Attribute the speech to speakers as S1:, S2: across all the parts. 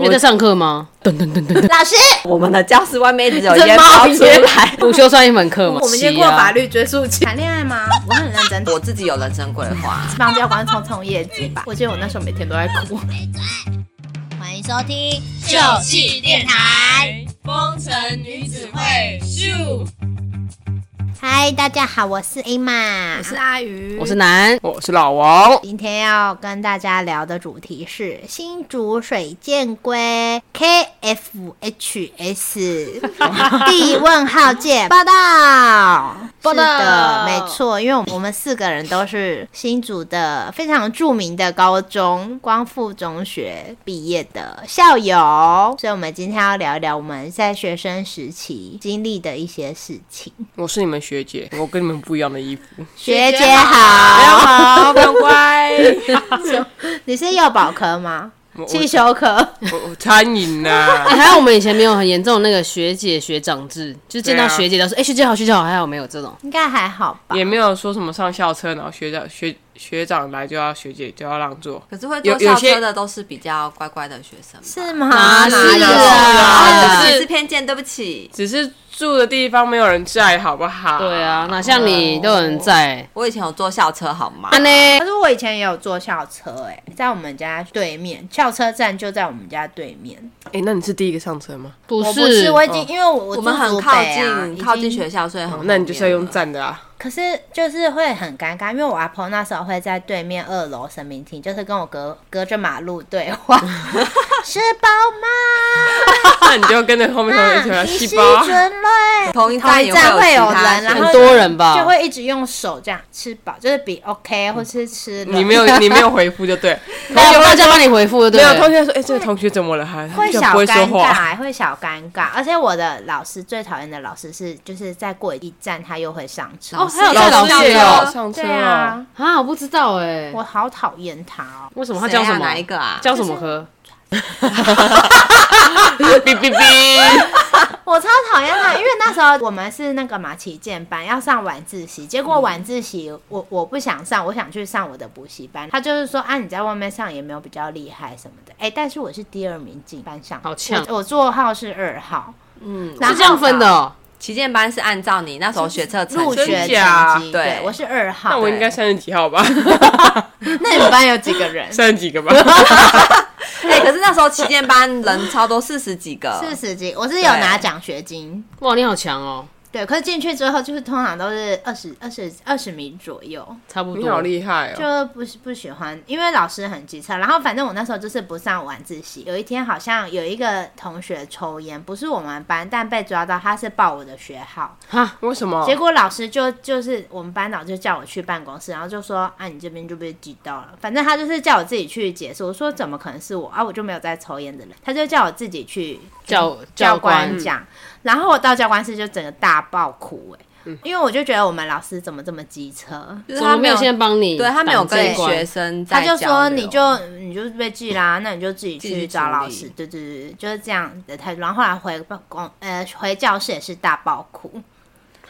S1: 你在上课吗？噔噔噔噔噔，
S2: 老师，
S3: 我们的教室外面 一直有
S1: 这
S3: 烟
S1: 猫
S3: 包
S1: 也
S3: 出来。
S1: 午休算一门课吗？
S2: 哦我们经过法律追溯期，谈恋爱吗？我很认真，
S3: 我自己有人生规划，
S2: 帮教官冲冲业绩吧。我记得我那时候每天都在哭。
S4: 欢迎收听旧
S1: 啊
S4: 戏电台风城女子会秀。嗨，大家好，我是 Emma，
S2: 我是阿鱼，
S1: 我是男，
S5: 我是老王，
S4: 今天要跟大家聊的主题是新竹水箭龟 KFHS 地问号界报道。
S2: 报道
S4: 是的，没错，因为我们四个人都是新竹的非常著名的高中光复中学毕业的校友，所以我们今天要聊一聊我们在学生时期经历的一些事情。
S5: 我是你们学 姐，我跟你们不一样的衣服。
S4: 学
S2: 姐
S4: 姐 好，
S5: 好，不要乖。
S4: 你是幼保科吗？
S5: 我
S4: 汽修科。
S5: 我我餐饮呐、
S1: 哎还有我们以前没有很严重的那个学姐学长制，就是见到
S5: 对啊
S1: 学姐都说哎、学姐好学姐好，还好没有这种。
S4: 应该还好吧
S5: 也？没有说什么上校车，然后学长学学长来就要学姐就要让座。
S3: 可是会
S5: 有
S3: 坐校
S5: 有些
S3: 车的都是比较乖乖的学生吧，
S4: 是吗？
S1: 哪
S4: 是
S1: 有
S4: 啊
S5: 哪有
S3: 只是偏见，对不起。
S5: 只是住的地方没有人在，好不好？
S1: 对，啊，哪像你都有人在。
S3: 我以前有坐校车好吗
S1: 啊？呢，
S4: 可是我以前也有坐校车、欸，哎，在我们家对面，校车站就在我们家对面。
S5: 哎、那你是第一个上车吗？
S1: 不
S4: 我
S1: 是，
S4: 不是，我已经、因为我我
S3: 我
S4: 住
S3: 们很
S4: 竹
S3: 靠
S4: 北啊
S3: 近，靠近，
S4: 已
S3: 学
S4: 经
S3: 校，所以很、
S5: 哦那你就是要用。站的啊。
S4: 可是就是会很尴尬，因为我阿婆那时候会在对面二楼神明厅，就是跟我隔隔着马路对话，是宝
S5: 那你就跟着后面同学一起
S4: 妈，
S5: 来
S4: 你
S5: 细
S4: 是啊
S5: 胞。
S4: 准瑞。
S3: 同一
S4: 同
S3: 站
S4: 一
S3: 也
S4: 站会有
S3: 有啊其他
S4: 人，然
S3: 学
S4: 后
S1: 很多人吧
S4: 就会一直用手这样吃饱，就是比 OK 或是啊吃了
S5: 你没有，你没有回复 就对。
S1: 没有大家帮你回复的，
S5: 没
S1: 对
S5: 有
S1: 不
S5: 同
S1: 对？
S5: 学说，哎、这个同学怎么了？还
S4: 会
S5: 就
S4: 小
S5: 不会说
S4: 尴尬、
S5: 话。
S4: 欸，会小尴尬。而且我的老师最讨厌的老师是，就是再过一站他又会上车。
S1: 哦，还有在老
S3: 老师
S1: 师
S3: 也
S1: 也
S3: 有
S1: 有
S3: 哦
S5: 上车
S4: 啊对
S5: 哦、
S4: 啊，
S1: 啊，我不知道哎、
S4: 我好讨厌他哦。
S1: 为什么
S3: 他
S1: 他叫什么？
S3: 哪一个啊？
S1: 叫什么科？
S5: 哔哔 哔。
S4: 我超讨厌他，因为那时候我们是那个嘛旗舰班，要上晚自习，结果晚自习我我不想上，我想去上我的补习班。他就是说啊，你在外面上也没有比较厉害什么的。哎、但是我是第二名进班上，
S1: 好呛
S4: 我我座号是二号，嗯，
S1: 是这样分的、哦。
S3: 旗舰班是按照你那时候学测成
S4: 入
S3: 绩
S4: 学
S5: 真假
S4: 成绩，对
S3: 对
S4: 我是二号。
S5: 那我应该三十几号吧？
S4: 那你们班有几个人？
S5: 三十几个吧。
S3: 哎、可是那时候旗舰班人超多，四十几个，
S4: 四十几，我是有拿奖学金。
S1: 哇，你好强哦，
S4: 对，可是进去之后，就是通常都是二十二十二十米左右，
S1: 差不多。
S5: 你好厉害哦！
S4: 就不是不喜欢，因为老师很机车。然后反正我那时候就是不上晚自习。有一天好像有一个同学抽烟，不是我们班，但被抓到，他是报我的学号。
S1: 哈，
S5: 为什
S3: 哦
S5: 么？
S4: 结果老师就就是我们班导就叫我去办公室，然后就说啊你这边就被记到了，反正他就是叫我自己去解释。我说怎么可能是我啊？我就没有在抽烟的人，他就叫我自己去
S3: 嗯
S1: 教
S4: 教
S1: 教官
S4: 官讲，然后我到教官室就整个大爆哭哎、
S3: 嗯
S4: 因为我就觉得我们老师怎么这么机车，
S3: 就是
S1: 怎么
S3: 他
S1: 没
S3: 没
S1: 有
S3: 有，
S1: 先帮你？
S3: 对他没有跟
S4: 这一关
S3: 学生在
S4: 他就说
S3: 交流
S4: 你就你就被记啦，那你就自己
S3: 自己
S4: 去
S3: 去
S4: 找
S3: 处
S4: 老
S3: 理
S4: 师，对对对，对就是这样的态度。然后后来回公呃回教室也是大爆哭，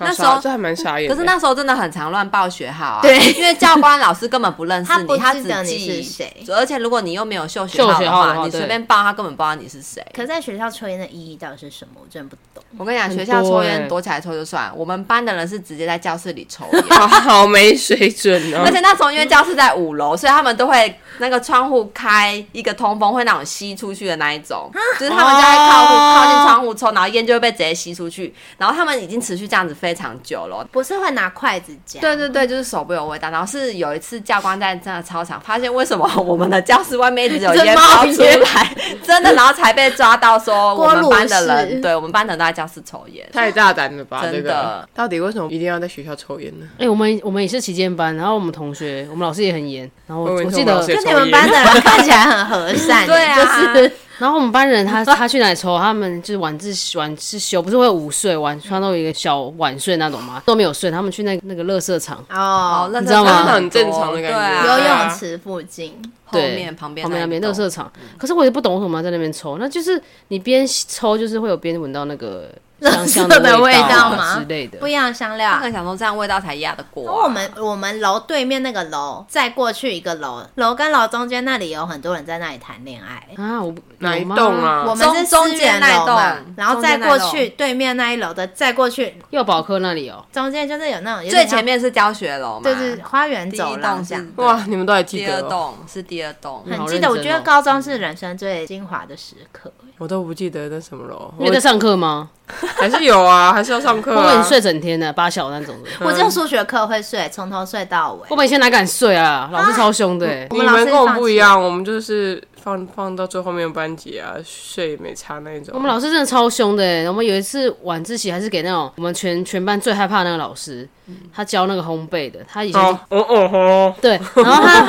S5: 好
S3: 那
S5: 傻
S3: 时候
S5: 这还蛮傻眼的。。
S3: 可是那时候真的很常乱报学号啊，
S4: 对
S3: 因为教官老师根本不认识
S4: 他不
S3: 你，
S4: 记
S3: 他
S4: 得
S3: 只
S4: 你
S3: 记
S4: 是谁
S3: 而且如果你又没有秀学号
S1: 秀学
S3: 的
S1: 号的
S3: 话，
S1: 话
S3: 你
S1: 对
S3: 随便报，他根本不知道你是谁。
S4: 可是在学校抽烟的意义到底是什么？我真的不懂。
S3: 我跟你讲，
S1: 很
S3: 学校
S1: 多
S3: 抽
S1: 欸
S3: 烟躲起来抽就算，我们班的人是直接在教室里抽 烟
S1: 嗯
S5: 好好没水准哦
S3: 而！ 且那时候因为教室在五楼，所以他们都会那个窗户开一个通风，会那种吸出去的那一 种，就是他们就会靠户
S1: 哦
S3: 靠近窗户抽，然后烟就会被直接吸出去。然后他们已经持续这样子非常久了，
S4: 不是会拿筷子夹，
S3: 对对对，就是手部有味道。然后是有一次教官在真的操场发现，为什么我们的教室外面一直有
S1: 这
S3: 烟
S1: 猫
S3: 包
S1: 烟
S3: 出来，真的，然后才被抓到说我
S4: 锅
S3: 们
S4: 炉
S3: 班的
S4: 式
S3: 人，对我们班的人都在教室抽烟。
S5: 太大胆了吧？
S3: 真的
S5: 这个到底为什么一定要在学校抽烟呢？
S1: 哎、我们我们也是期间班，然后我们同学，我们老师也很严，然后我
S5: 我以为
S1: 我
S5: 是
S1: 记
S5: 我们
S1: 得
S5: 老，师也
S4: 就
S5: 抽
S4: 你们
S5: 烟。
S4: 班的人看起来很和 善，
S3: 对啊
S4: 就是
S1: 然后我们班人他他去哪里抽，他们就是晚自习晚自修，不是会有午睡晚，他都有一个小晚睡那种吗？都没有睡，他们去那那个乐色场，
S3: 哦
S4: 哦，，
S3: 那
S1: 你知道吗
S3: 真的
S5: 很正常的感觉
S3: 对啊
S4: 游
S5: 有
S4: 泳池附近，
S3: 后
S1: 对，
S3: 面旁边
S1: 旁边那边
S3: 都
S1: 乐
S4: 嗯
S1: 色场。可是我也不懂为什么要在那边抽，那就是你边抽就是会有边闻到那个香香的
S4: 垃圾的味
S1: 道
S4: 道
S1: 啊
S4: 吗
S1: 之类的
S4: 不。一样的香料
S3: 他。可能想说这样味道才压得过
S4: 然
S3: 啊、
S4: 后我们我们楼对面那个楼，再过去一个楼，楼跟楼中间那里有很多人在那里谈恋爱。
S1: 啊，我
S5: 哪一
S1: 有吗
S5: 栋？啊？
S4: 我们是
S3: 中
S4: 私人楼
S3: 中间那
S4: 嘛
S3: 栋，
S4: 然后
S3: 中间
S4: 再
S3: 那
S4: 过
S3: 栋
S4: 去对面那一楼的，再过去
S1: 幼保科那里哦，
S4: 中间就是有那种有
S3: 最
S4: 点像
S3: 前面是教学楼嘛，
S4: 对对花园
S3: 第
S4: 走
S3: 一
S4: 廊
S3: 栋
S4: 这
S3: 是
S4: 样。
S5: 哇，你们都还记
S3: 第二
S5: 得哦、
S3: 栋是第二栋，
S1: 嗯
S4: 很
S1: 好
S4: 记
S1: 认
S4: 得，我
S1: 真
S4: 觉得
S1: 哦
S4: 高中是人生最精华的时刻。
S3: 嗯
S5: 我都不记得那什么楼，
S1: 你有在上课吗？
S5: 我还是有啊，还是要上课
S1: 会不会
S5: 啊
S1: 你。睡整天的八小那种 的？
S4: 我只有数学课会睡，从头睡到尾
S1: 我。们以前哪敢睡啊？老师超凶的欸，
S5: 你
S4: 我们老师
S5: 们跟我们
S4: 放
S5: 不
S4: 弃
S5: 一样，我们就是放放到最后面班级啊，睡也没差那一种。
S1: 我们老师真的超凶的欸。我们有一次晚自习还是给那种我们全全班最害怕的那个老师，他教那个烘焙的，他以前
S5: 哦哦哦吼，
S1: 对，然后他，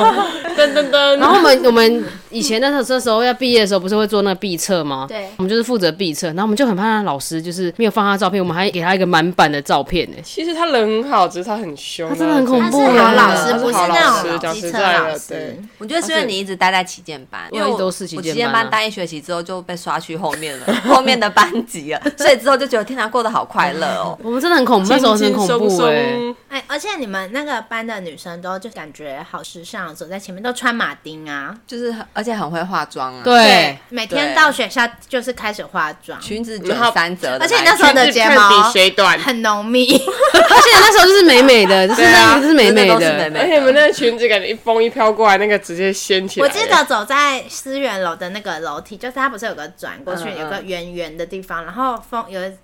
S5: 噔噔
S1: 然
S5: 噔，
S1: 后我们我们以前那时候那时候要毕业的时候，不是会做那个毕测吗？
S4: 对
S1: 我们就是负责毕测，然后我们就很怕那老师就是没有放他照片，我们还给他一个满版的照片呢。欸
S5: 其实他人很好，只是他很凶啊。
S1: 他真的很恐
S4: 他
S1: 怖
S4: 是
S1: 不一
S4: 好
S1: 样
S4: 老
S1: 啊
S4: 师，
S1: 他是
S4: 不
S5: 好
S4: 那
S5: 老
S4: 种
S5: 师
S4: 机
S5: 讲实
S4: 测
S5: 在
S4: 老
S5: 的，对
S4: 师。。
S3: 我觉得是因为你一直待在旗舰班，
S1: 我
S3: 因为
S1: 一直都是旗
S3: 我
S1: 舰班啊
S3: 旗舰班待一学期之后就被刷去后面了， 后面的班级了，所以之后就觉得天哪，过得好快乐哦。
S1: 我们真的很恐怖，那时候很恐
S5: 轻轻松
S1: 怖
S5: 松
S1: 哎、
S4: 哎，而且你们那个班的女生都就感觉好时尚，哦走在前面都穿马丁啊。
S3: 就是很而且很会化妆啊，，
S1: 对，
S4: 每天
S3: 对
S4: 到学校就是开始化妆，
S3: 裙子卷
S5: 然后
S3: 三折的那
S4: 而
S3: 一种，
S4: 且那时候的
S5: 裙子
S4: 睫
S5: 看
S4: 毛
S5: 比谁短。
S4: 很浓密，
S1: 而且那时候就是美美的，就是
S5: 对
S1: 那
S5: 啊
S1: 个就是美美
S3: 真的都是美
S1: 的，
S3: 美
S5: 而且你们那个裙子感觉一风一飘过来，那个直接掀起 来。
S4: 我记得走在思源楼的那个楼梯，就是它不是有个转过去，
S3: 嗯嗯
S4: 有个圆圆的地方，然后风有一次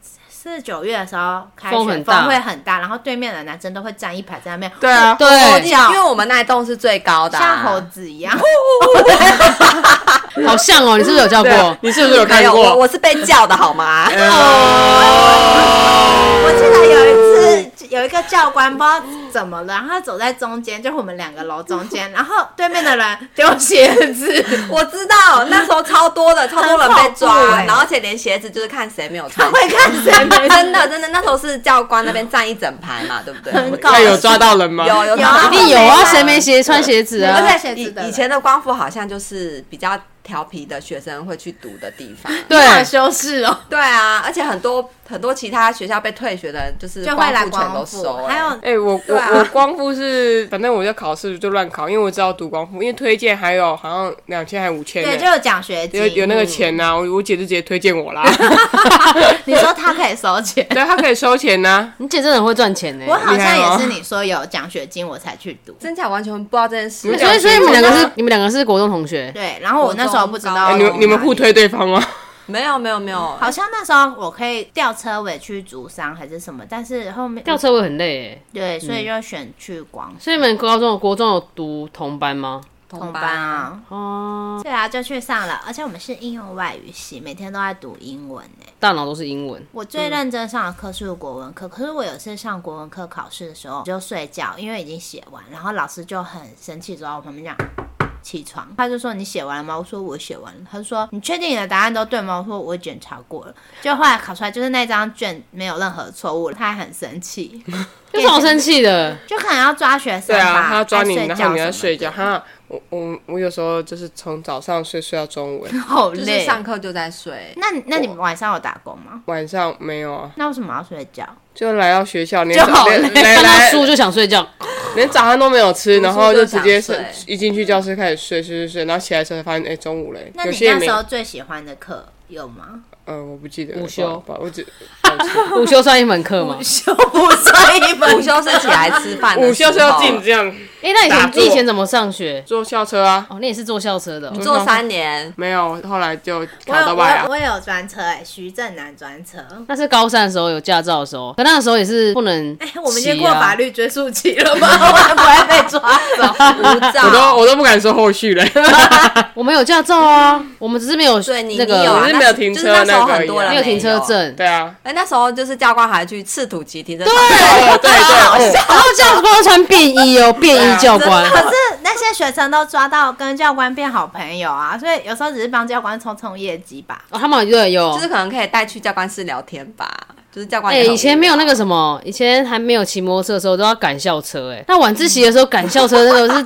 S4: 是九月的时候开学，
S1: 风
S4: 风
S1: 很大
S4: 会很大，然后对面的男生都会站一排在那边，
S5: 对啊，
S1: 对，
S4: 叫
S3: 因为我们那一栋是最高的、
S4: 像
S3: 啊，
S4: 猴子一样。
S1: 好像哦、你是不是有叫
S5: 对啊
S1: 过？
S5: 你是不是有
S3: 没
S5: 看
S3: 有，我
S5: 过？
S3: 我是被叫的好 吗？
S4: 我记得有一次有一个教官不知道怎么了，然后他走在中间，就是我们两个楼中间，然后对面的人丢鞋子，
S3: 我知道那时候超多的，超多人被
S4: 很恐怖
S3: 抓，
S4: 欸
S3: 然后而且连鞋子就是看谁没有穿
S4: 他。会看谁没
S3: 真的真的，那时候是教官那边站一整排嘛，对不对？
S4: 很搞
S5: 那有抓到人吗？
S3: 有有
S4: 有啊
S1: 一定有啊，谁没鞋穿鞋子
S4: 没有
S1: 啊？
S4: 穿鞋
S3: 以
S4: 子的人
S3: 以前的光复好像就是比较调皮的学生会去读的地方。
S1: 对，
S4: 好羞耻哦。
S3: 对啊，而且很多很多其他学校被退学的，就是
S4: 就会来
S3: 复全
S4: 光
S3: 都
S4: 复，
S3: 收、
S4: 还有
S5: 哎、我我、
S3: 对啊
S5: 我光复是，反正我在考试就乱考，因为我知道读光复，因为推荐还有好像两千还五千、
S4: 对，
S5: 欸，
S4: 就有奖学金
S5: 有，有那个钱呐、我我姐就直接推荐我啦，
S4: 你说他可以收钱。
S5: 对，她可以收钱呐、
S1: 你姐真的很会赚钱呢、
S4: 我好
S5: 厉
S4: 像
S5: 害
S4: 也
S5: 哦
S4: 是你说有奖学金我才去读，
S3: 真假完全不知道这件事。
S1: 所以所以你们两个是你们两个是国中同学，
S4: 对，然后我那时候不知
S3: 国
S4: 道
S5: 哎
S3: 中
S5: 你
S4: 有哪
S5: 们
S4: 里
S5: 你们互，推对方吗？
S3: 没有没有没有，哎
S4: 好像那时候我可以吊车尾去竹商还是什么，但是后面
S1: 吊车尾很累哎、
S4: 对，所以
S5: 嗯
S4: 就选去广
S1: 所以你们高中国中有读同班吗？
S4: 东班。啊，
S1: 哦，
S4: 对啊，就去上了，而且我们是应用外语系，每天都在读英文呢。
S1: 大脑都是英 文，
S4: 我最认真上的课是国文课，可是我有次上国文课考试的时候就睡觉，因为已经写完，然后老师就很生气，走哦到我旁边讲。起床，他就说你写完了吗？我说我写完了。他就说你确定你的答案都对吗？我说我检查过了。就后来考出来就是那张卷没有任何错误，他还很生气，
S1: 有什么好生气的？
S4: 就可能要抓学生
S5: 对啊，
S4: 吧，
S5: 她要抓你，
S4: 在
S5: 然后你要
S4: 睡
S5: 睡 觉，哈，我我我有时候就是从早上睡睡到中午、欸
S4: 什么的，好
S3: 就是
S4: 累。
S3: 上课就在睡，
S4: 那那你们晚上有打工吗？
S5: 晚上没有啊，
S4: 那为什么要睡觉？
S5: 就来到学校，连
S4: 就好
S5: 早 连
S4: 累
S5: 来
S1: 看到
S5: 来
S1: 书就想睡觉，
S5: 连早餐都没有吃，
S3: 读书
S5: 然后
S3: 就
S5: 直接
S3: 想
S5: 睡
S3: 睡，
S5: 一进去教室开始睡睡睡睡，然后起来的时候才发现哎、中午嘞，
S4: 那
S5: 有
S4: 你
S5: 些也
S4: 那
S5: 没
S4: 时候最喜欢的课有吗？
S5: 呃我不记得了
S1: 午休
S5: 不好意思
S1: 午休算一门课 吗？
S4: 就不算一 门
S3: 午休是起来吃饭
S5: 我
S3: 的时候，
S5: 只午休是要进这样
S1: 哎、那以
S5: 打
S1: 前
S5: 坐
S1: 你以前怎么上学？
S5: 坐校车啊，
S1: 哦，你也是坐校车的、哦，
S3: 做三 年，
S5: 没有，后来就考
S4: 我有
S5: 到
S4: 我
S5: 外
S4: 有
S5: 啊，
S4: 我有专车哎、徐正南专车。
S1: 那是高三的时候有驾照的时候，可那个时候也是不能、
S4: 哎、我
S5: 啊
S4: 们已经过法，律追溯期了 吗？我还不会被抓走？
S3: 无
S5: 我都
S3: 照。
S5: 我都不敢说后续 嘞，
S1: 我们有驾照啊，我们只是没有
S3: 对你
S1: 那
S3: 你有
S1: 个
S3: 啊
S5: 只是没有停车
S3: 那就是那时候
S5: 那个而已啊
S3: 很多人
S1: 没有停车。证，
S5: 对啊，
S3: 哎，那时候就是教官还去赤土集停车场，
S5: 哦对对，哦
S1: 然后这样子不能穿便衣哦，便衣教官。
S4: 可是那些学生都抓到跟教官变好朋友啊，所以有时候只是帮教官冲冲业绩吧。
S1: 哦，他们对有
S3: 就，是可能可以带去教官室聊天吧，就是教官
S1: 哎、
S3: 也很无聊。
S1: 以前没有那个什么，以前还没有骑摩托车的时候都要赶校车、哎，那晚自习的时候赶校车那个是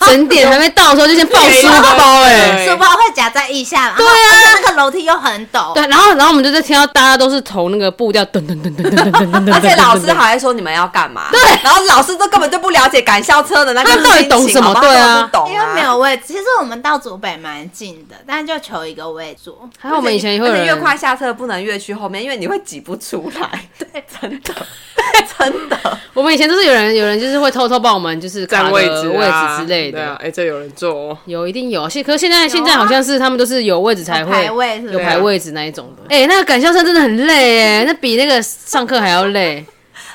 S1: 整点还没到的时候就先抱书包、哎，
S5: 对
S4: 欸
S5: 欸
S4: 书包会夹在腋下，然后
S1: 对啊
S4: 而且那个楼梯又很陡，
S1: 对，然后然后我们就在听到大家都是投那个步调，噔噔噔噔噔噔噔噔噔，
S3: 而且老师还会说你们要干嘛？对，然后老师都根本就不了解赶校车的那个
S1: 他们到底
S3: 心情
S1: 懂什么
S3: 好不好
S1: 对啊
S3: 他们不懂
S4: 因为没有位置。其实我们到祖北蛮近的，但就求一个位坐。
S1: 还好我们以前也会有
S3: 而且
S1: 人
S3: 越快下车不能越去后面，因为你会挤不出来。 对，真的，真的。
S1: 我们以前 就是有人有人就是会偷偷帮我们就是卡
S5: 占
S1: 个
S5: 位
S1: 位
S5: 置、啊、
S1: 置之类
S5: 对啊
S1: 的，，
S5: 哎、这有人做哦。
S1: 有一定有，现可是现在现在好像是他们都是有位置才
S4: 有
S1: 会
S4: 哦排位是不
S1: 有
S4: 是
S1: 排位置那一种的。啊哎，那个赶校车真的很累哎，那比那个上课还要累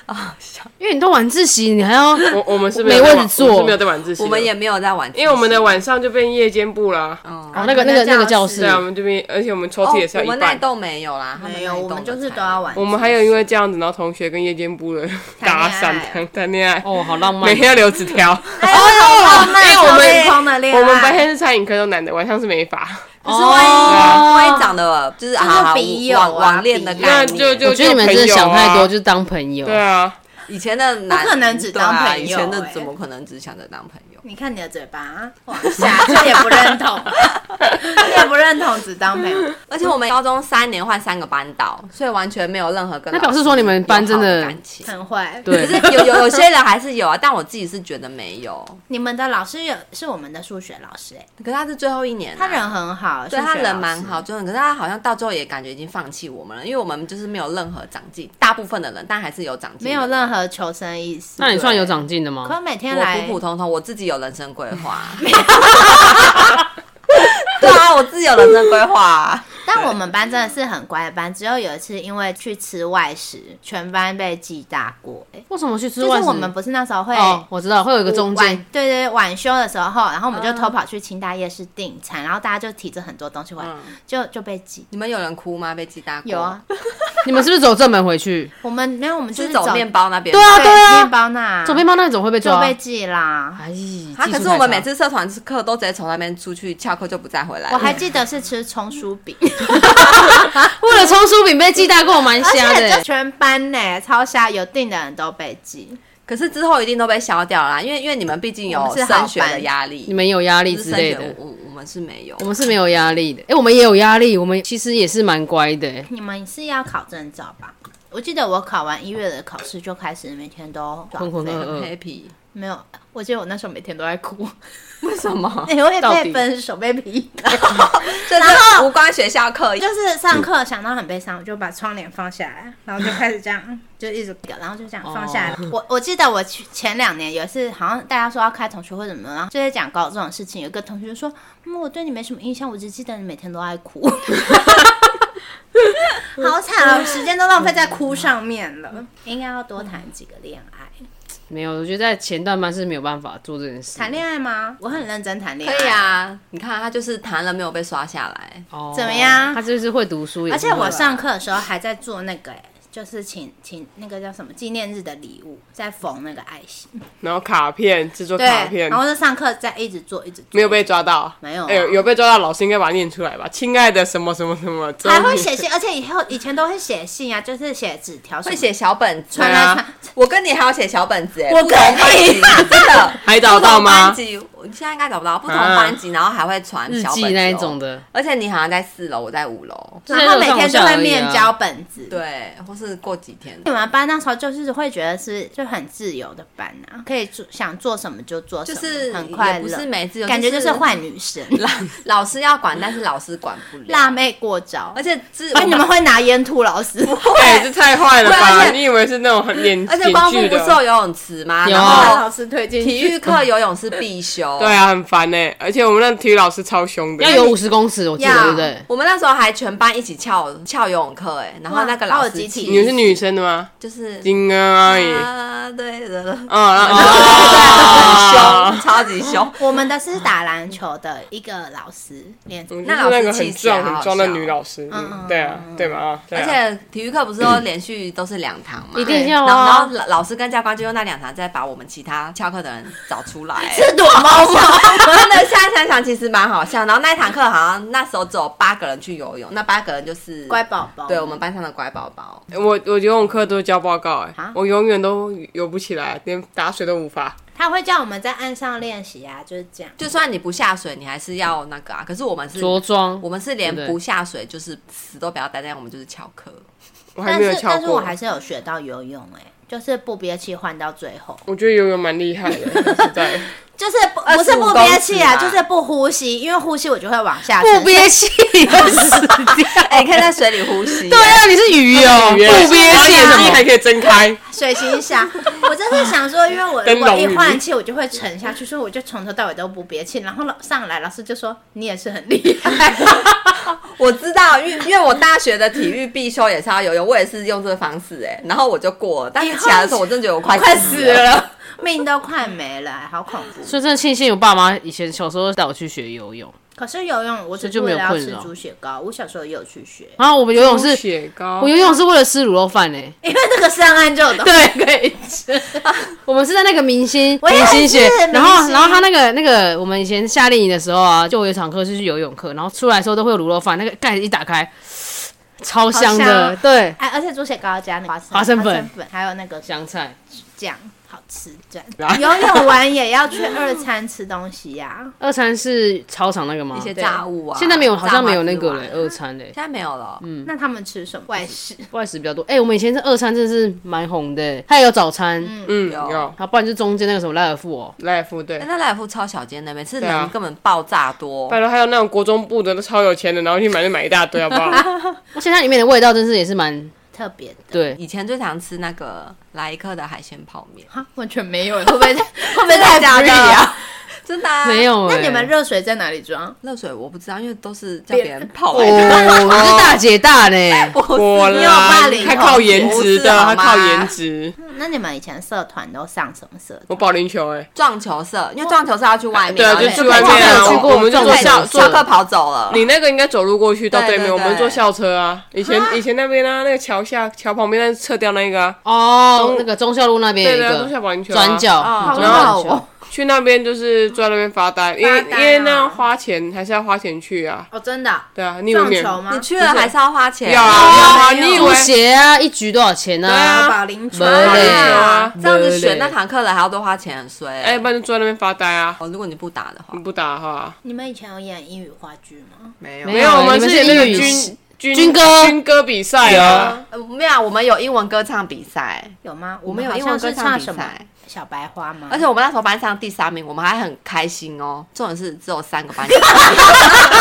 S1: 啊，因为你都晚自习，你还要
S5: 我我们是
S1: 没
S5: 有在
S1: 位
S5: 晚
S1: 置坐
S5: 我们是没有在晚自习的，
S3: 我们也没有在玩，
S5: 因为我们的晚上就变夜间部啦。
S4: 嗯
S1: 哦那个那个那个教室
S5: 对啊，我们这边，而且我们抽屉也是
S3: 哦
S5: 要
S3: 我们
S5: 一
S3: 那一
S5: 半。
S3: 栋没有啦，他
S4: 没
S3: 那
S4: 有，
S3: 一栋
S4: 我
S3: 的
S4: 们就是
S3: 才
S4: 都要玩。
S5: 我们还有因为这样子，然后同学跟夜间部的搭讪
S4: 谈
S5: 谈谈恋爱，
S1: 哦好浪
S5: 每
S1: 漫。
S5: 天要留纸条。
S4: 哎呦，好浪漫，
S5: 因为我们
S4: 超疯
S1: 哎
S4: 的 恋爱，
S5: 我们白天是餐饮科都男的，晚上是美 发，
S1: 哦
S3: 可是万一万一长得就是
S4: 就是
S3: 啊
S4: 笔友啊
S3: 网网恋的
S4: 笔友
S5: 那
S3: 概
S5: 就
S3: 念，
S5: 就
S1: 我觉得你们真的
S5: 就朋友
S1: 想
S5: 啊
S1: 太多，就是当朋友
S5: 对。啊，
S3: 以前的男
S4: 不可能只当
S3: 对啊
S4: 朋友
S3: 以前的
S4: 欸
S3: 怎么可能只想着当朋友？
S4: 你看你的嘴巴往下，这也不认同，这也不认同， 只当朋友。
S3: 而且我们
S1: 嗯
S3: 高中三年换三个班导，所以完全没有任何跟
S1: 那
S3: 老
S1: 表示
S3: 师
S1: 说你们班真的
S3: 有好感情。
S4: 很坏，
S1: 对
S3: 可是有有有些人还是有啊，但我自己是觉得没有。
S4: 你们的老师有是我们的数学老师、哎，
S3: 可是他是最后一年啊、
S4: 他人很好，
S3: 对
S4: 数学
S3: 他人
S4: 老
S3: 蛮
S4: 师
S3: 好，就是可是他好像到最后也感觉已经放弃我们了，因为我们就是没有任何长进，大部分的人，但还是有长进，
S4: 没有任。何求生意识。
S1: 那你算有长进的吗？
S4: 可每天
S3: 我
S4: 来，
S3: 普普通通，我自己有人生规划。 对啊，我自己有人生规划、
S4: 但我们班真的是很乖的班，只有有一次因为去吃外食，全班被记大过、哎
S1: 为什么去吃
S4: 就
S1: 外
S4: 是
S1: 食？
S4: 我们不是那时候会
S1: 哦，我知道会有一个中
S4: 晚
S1: 间，嗯
S4: 对对对晚休的时候，然后我们就偷跑去清大夜市订餐，然后大家就提着很多东西回
S1: 嗯
S4: 来，就就被挤。
S3: 你们有人哭吗？被记大过？
S4: 嗯有啊，，
S1: 你们是不是走正门回去？
S4: 我们没有，我们就是
S3: 是走面包那边。
S1: 对啊
S4: 对面包那
S1: 走偏方那种会被
S4: 就
S1: 抓。
S4: 被记啦。
S1: 哎，技
S3: 啊，
S1: 术
S3: 可是
S1: 太
S3: 我们
S1: 差
S3: 每次社团课都直接从那边出去，翘课就不再回
S1: 哎
S3: 来了。
S4: 我还记得是吃葱酥 饼，
S1: 为了葱酥饼被记大过，蛮
S4: 而
S1: 瞎的
S4: 且就
S1: 欸。
S4: 全班呢，超瞎，有订的人都被记。
S3: 可是之后一定都被消掉啦，因为因为你们毕竟
S4: 我
S3: 有
S4: 们是好
S3: 升学的
S4: 班
S3: 压
S1: 你
S3: 力，
S1: 们有压力
S3: 就是
S1: 之
S3: 升
S1: 类
S3: 学
S1: 的，
S3: 我我我们是没有
S1: 我。们是没有压力的。哎，我们也有压力，我们其实也是蛮乖的欸。
S4: 你们是要考证照吧？我记得我考完一月的考试就开始每天都
S1: 浑浑噩
S4: 耍
S1: 噩，
S4: 废
S3: happy，
S4: 没有，我记得我那时候每天都在哭，
S3: 为什么？
S4: 因为
S1: 到
S4: 被
S1: 底
S4: 分手被批判，
S3: 这是无关学校课，
S4: 就是上课想到很悲伤，我就把窗帘放下来，然后就开始这样， 就一直然后就这样放下来。我我记得我去前两年有一次，好像大家说要开同学会怎么，然后就在讲高中的事情，有一个同学就说：“嗯，我对你没什么印象，我只记得你每天都爱哭。” 好惨哦，时间都浪费在哭上面了。应该要多谈几个恋爱。
S1: 没有，我觉得在前段班是没有办法做这件事。
S4: 谈恋爱吗？我很认真谈恋爱。
S3: 可以，啊。你看他就是谈了没有被刷下来，
S1: 哦
S4: 怎么样
S1: 他就是会读书，也
S4: 而且
S1: 是会
S4: 我上课的时候还在做那个、欸，就是请请那个叫什么纪念日的礼物，在缝那个爱心。
S5: 然后卡片制作卡片
S4: 然，后就上课在一直做，一直做，
S5: 没有被抓到，
S4: 没有啊
S5: 哎有有被抓到，老师应该把它念出来吧？亲爱的什么什么什么，终于
S4: 还会写信，而且以后以前都会写信啊，就是写纸条什么，
S3: 会写小本子
S4: 传。来传。
S3: 我跟你还要写小本子哎，
S4: 我
S3: 不
S4: 跟
S3: 同班级真的
S5: 还找到
S3: 不同班
S5: 吗？啊
S3: 级我现在应该找不到，不同班级，然后还会传
S1: 日
S3: 小本
S1: 记
S3: 子哦
S1: 那一种，的，
S3: 而且你好像在四楼，我在五楼，
S1: 这
S4: 然后每天就会
S1: 就
S4: 面
S1: 是上下
S4: 交
S1: 而已啊
S4: 本子。。
S3: 对，或是过几天
S4: 你。们班那时候就是会觉得是就很自由的班啊，可以做想做什么就做什
S3: 就
S4: 么，
S3: 是
S4: 很快
S3: 也不
S4: 乐，
S3: 是没自由，
S4: 感觉就是
S3: 是
S4: 坏 女生，
S3: 老老师要管，但是老师管不了。
S4: 辣妹过招
S3: 而。且是
S4: 哎，你们会拿烟吐老师？
S5: 哎，这太坏 了
S3: 对而
S5: 吧？
S3: 且
S5: 你以为是那种很脸
S3: 而且
S5: 脸
S3: 光复
S5: 剧
S3: 不是
S5: 的？
S3: 有游泳池吗？
S1: 有
S3: 然
S1: 啊
S4: 把
S3: 后
S4: 老师推进
S3: 体
S4: 去。
S3: 育课游泳是必修。
S5: 对啊，很烦哎！而且我们那体育老师超凶的，
S1: 要有五十公尺，我记得
S4: 要
S1: 对不对？
S3: 我们那时候还全班一起翘翘游泳课，哎，然后那个
S4: 哇
S3: 老
S4: 好有
S3: 师
S4: 集体
S5: 你们是女生的吗？
S3: 就是
S5: 金刚阿姨，
S3: 啊，对的，对
S5: 嗯啊
S4: 哦
S3: 很
S5: 啊，
S3: 凶，超级凶。
S4: 我们的是打篮球的一个老师，连
S5: 我们就
S3: 那
S5: 是
S3: 老师
S5: 那个很
S3: 气质啊
S5: 壮很壮的
S3: 好笑
S5: 女老师，
S4: 嗯
S5: 嗯，对啊，对嘛啊，对
S3: 而
S5: 啊
S3: 且体育课不是都连续都是两堂嘛，
S1: 一定要
S3: 然后然
S1: 啊
S3: 后！老老师跟教官就用那两堂再把我们其他翘课的人找出来，
S4: 是躲猫
S3: 笑。我真的现在想想，其实蛮好笑。然后那一堂课好像那时候只有八个人去游泳，那八个人就是
S2: 乖，宝宝，
S3: 对我们班上的乖宝宝。
S5: 我我游泳课都交报告哎、
S4: 啊
S5: 我永远都游不起来，连打水都无法。
S4: 他会叫我们在岸上练习啊，就是这样。
S3: 就算你不下水，你还是要那个啊。可是我们是，
S1: 着装
S3: 我。们是连
S1: 对
S3: 不下水就是死都不要待在，我们就是翘课。
S5: 我还
S4: 但
S5: 没有
S4: 是
S5: 翘
S4: 但是
S5: 过。
S4: 我还是有学到游泳哎、就是不憋气换到最后，
S5: 我觉得游泳蛮厉害的，说实在的
S4: 就是不不是
S3: 25
S4: 不憋气啊，
S3: 公尺
S4: 就
S3: 啊
S4: 是不呼吸，因为呼吸我就会往下沉
S1: 不憋气，死掉。
S3: 哎、你可以在水里呼 吸。
S1: 对啊，你是鱼 哦，不憋气
S5: 然
S1: 什
S5: 后眼睛还
S1: 么？
S5: 可以睁开，
S4: 水行 侠，我真的想说，因为我
S5: 灯
S4: 如
S5: 笼
S4: 果
S5: 鱼
S4: 一换气，我就会沉下去，所以我就从头到尾都不憋气。然后老上来，老师就说你也是很厉害，
S3: 我知道，因为因为我大学的体育必修也是要游泳，我也是用这个方式哎、然后我就过了，但是起来的时候我真的觉得我快
S4: 快
S3: 死
S4: 死了，命都快没了，好恐怖。
S1: 所以真的庆幸我爸妈以前小时候带我去学游泳，
S4: 可是游泳，我只
S1: 这就没有
S4: 为了要
S1: 困
S4: 吃
S1: 扰
S4: 猪血糕，我小时候也有去学，
S1: 然后我们游泳
S5: 猪
S1: 是，
S5: 雪糕
S1: 我。游泳是为了吃卤肉饭欸呢。
S4: 因为这个上岸就 有东西。
S1: 对，可以吃。我们是在那个明星
S4: 我也
S1: 明星学
S4: 是明，星
S1: 然后然后他那个那个我们以前夏令营的时候啊，就有一堂课是去游泳课，然后出来的时候都会有卤肉饭，那个盖子一打开，超香
S4: 好
S1: 的，
S4: 香
S1: 对，
S4: 哎，而且猪血糕要加那个花生
S1: 花生粉
S4: 还有那个
S1: 香菜。
S4: 酱，好吃。这
S5: 来
S4: 样游泳完也要去二餐吃东西呀、
S1: 二餐是操场那个吗
S3: 一？些炸物啊。
S1: 现在没有，好像没有那
S3: 炸
S1: 个
S3: 麻
S1: 嘞，
S3: 子丸啊
S1: 二餐嘞，
S3: 现在没有了。嗯，
S4: 那他们吃什么外食？
S1: 外食比较多。哎，我们以前是二餐，真的是蛮红的，它也有早餐，
S5: 嗯，
S3: 有
S5: 有
S1: 啊，不然就中间那个什么赖尔富哦，
S5: 来福对
S3: 哎，。那来福超小间的，每次
S5: 对啊
S3: 人根本爆炸多。
S5: 拜托，还有那种国中部的都超有钱的，然后去买就买一大堆，好不好？
S1: 而且它里面的味道真是也是蛮
S4: 特别的。
S1: 对，
S3: 以前最常吃那个来一克的海鲜泡 面，
S4: 啊，完全没有，会不会会不会太
S3: 真的假
S4: free
S3: 的
S4: 啊？
S3: 真的啊
S1: 没有哎。
S4: 那你们热水在哪里装？
S3: 热水我不知道，因为都是叫别人泡
S1: 哦，
S3: 来 的。
S1: 你是大姐大呢？
S3: 我
S5: 果
S3: 是
S4: 有霸
S5: 然，
S4: 凌
S5: 他靠
S4: 同学
S5: 颜值的，
S3: 我是好
S5: 他
S3: 吗
S5: 靠颜值。
S4: 嗯那你们以前社团都上什么社团？
S5: 我保龄球哎，
S3: 撞球社，因为撞球社要去外面，
S5: 对啊，就
S3: 然后
S5: 去
S3: 就
S5: 外面
S1: 我
S5: 啊
S1: 有去过
S5: 我们就
S1: 撞
S5: 坐
S1: 球
S5: 校
S1: 社
S5: 坐
S3: 下课跑走了。
S5: 你那个应该走路过去到
S3: 对
S5: 对面，
S3: 对
S5: 我们
S3: 对
S5: 坐校车啊。以前以前那边啊，那个桥下桥旁边那撤掉那个啊，
S1: 哦
S5: 中，
S1: 那个忠孝路那边有
S5: 对
S1: 一
S5: 对啊，坐下
S1: 个
S5: 保龄球啊
S1: 转角，
S3: 哦
S1: 中
S4: 然
S1: 孝
S4: 后
S1: 路转角
S5: 去那边就是坐在那边发呆，因为
S4: 发
S5: 因
S4: 呆啊
S5: 为那样花钱还是要花钱去啊。
S4: 哦，真的啊
S5: 对啊，你以为
S4: 撞
S5: 免
S4: 球吗
S3: 你？去了还是要花钱，
S5: 要啊要啊，
S4: 没有
S5: 你以
S1: 布
S5: 为
S1: 鞋啊，一局多少钱
S5: 对
S1: 啊？
S5: 啊
S4: 保龄球
S1: 没
S5: 保龄
S1: 嘞
S5: 球啊？
S3: 这样子选
S1: 没嘞
S3: 那堂课的还要多花钱，很衰。
S5: 哎，不然就坐在那边发呆啊。
S3: 哦，如果你不打的话
S5: 你，不打的话，
S4: 你们以前有演英语话剧吗？
S3: 没有
S1: 没
S5: 没有，我
S1: 你
S5: 们
S1: 们
S5: 是
S1: 是
S5: 演那个
S1: 英语
S5: 军军
S1: 军歌
S5: 军歌比赛啊。
S3: 呃没有啊，我们有英文歌唱比赛，
S4: 有吗？
S3: 我
S4: 们
S3: 们有
S4: 好
S3: 英文歌
S4: 像是
S3: 唱
S4: 唱
S3: 比
S4: 什么
S3: 赛
S4: 小白花吗？
S3: 而 且我们那时候班上第三名，我们还很开心哦。重点是只有三个班级，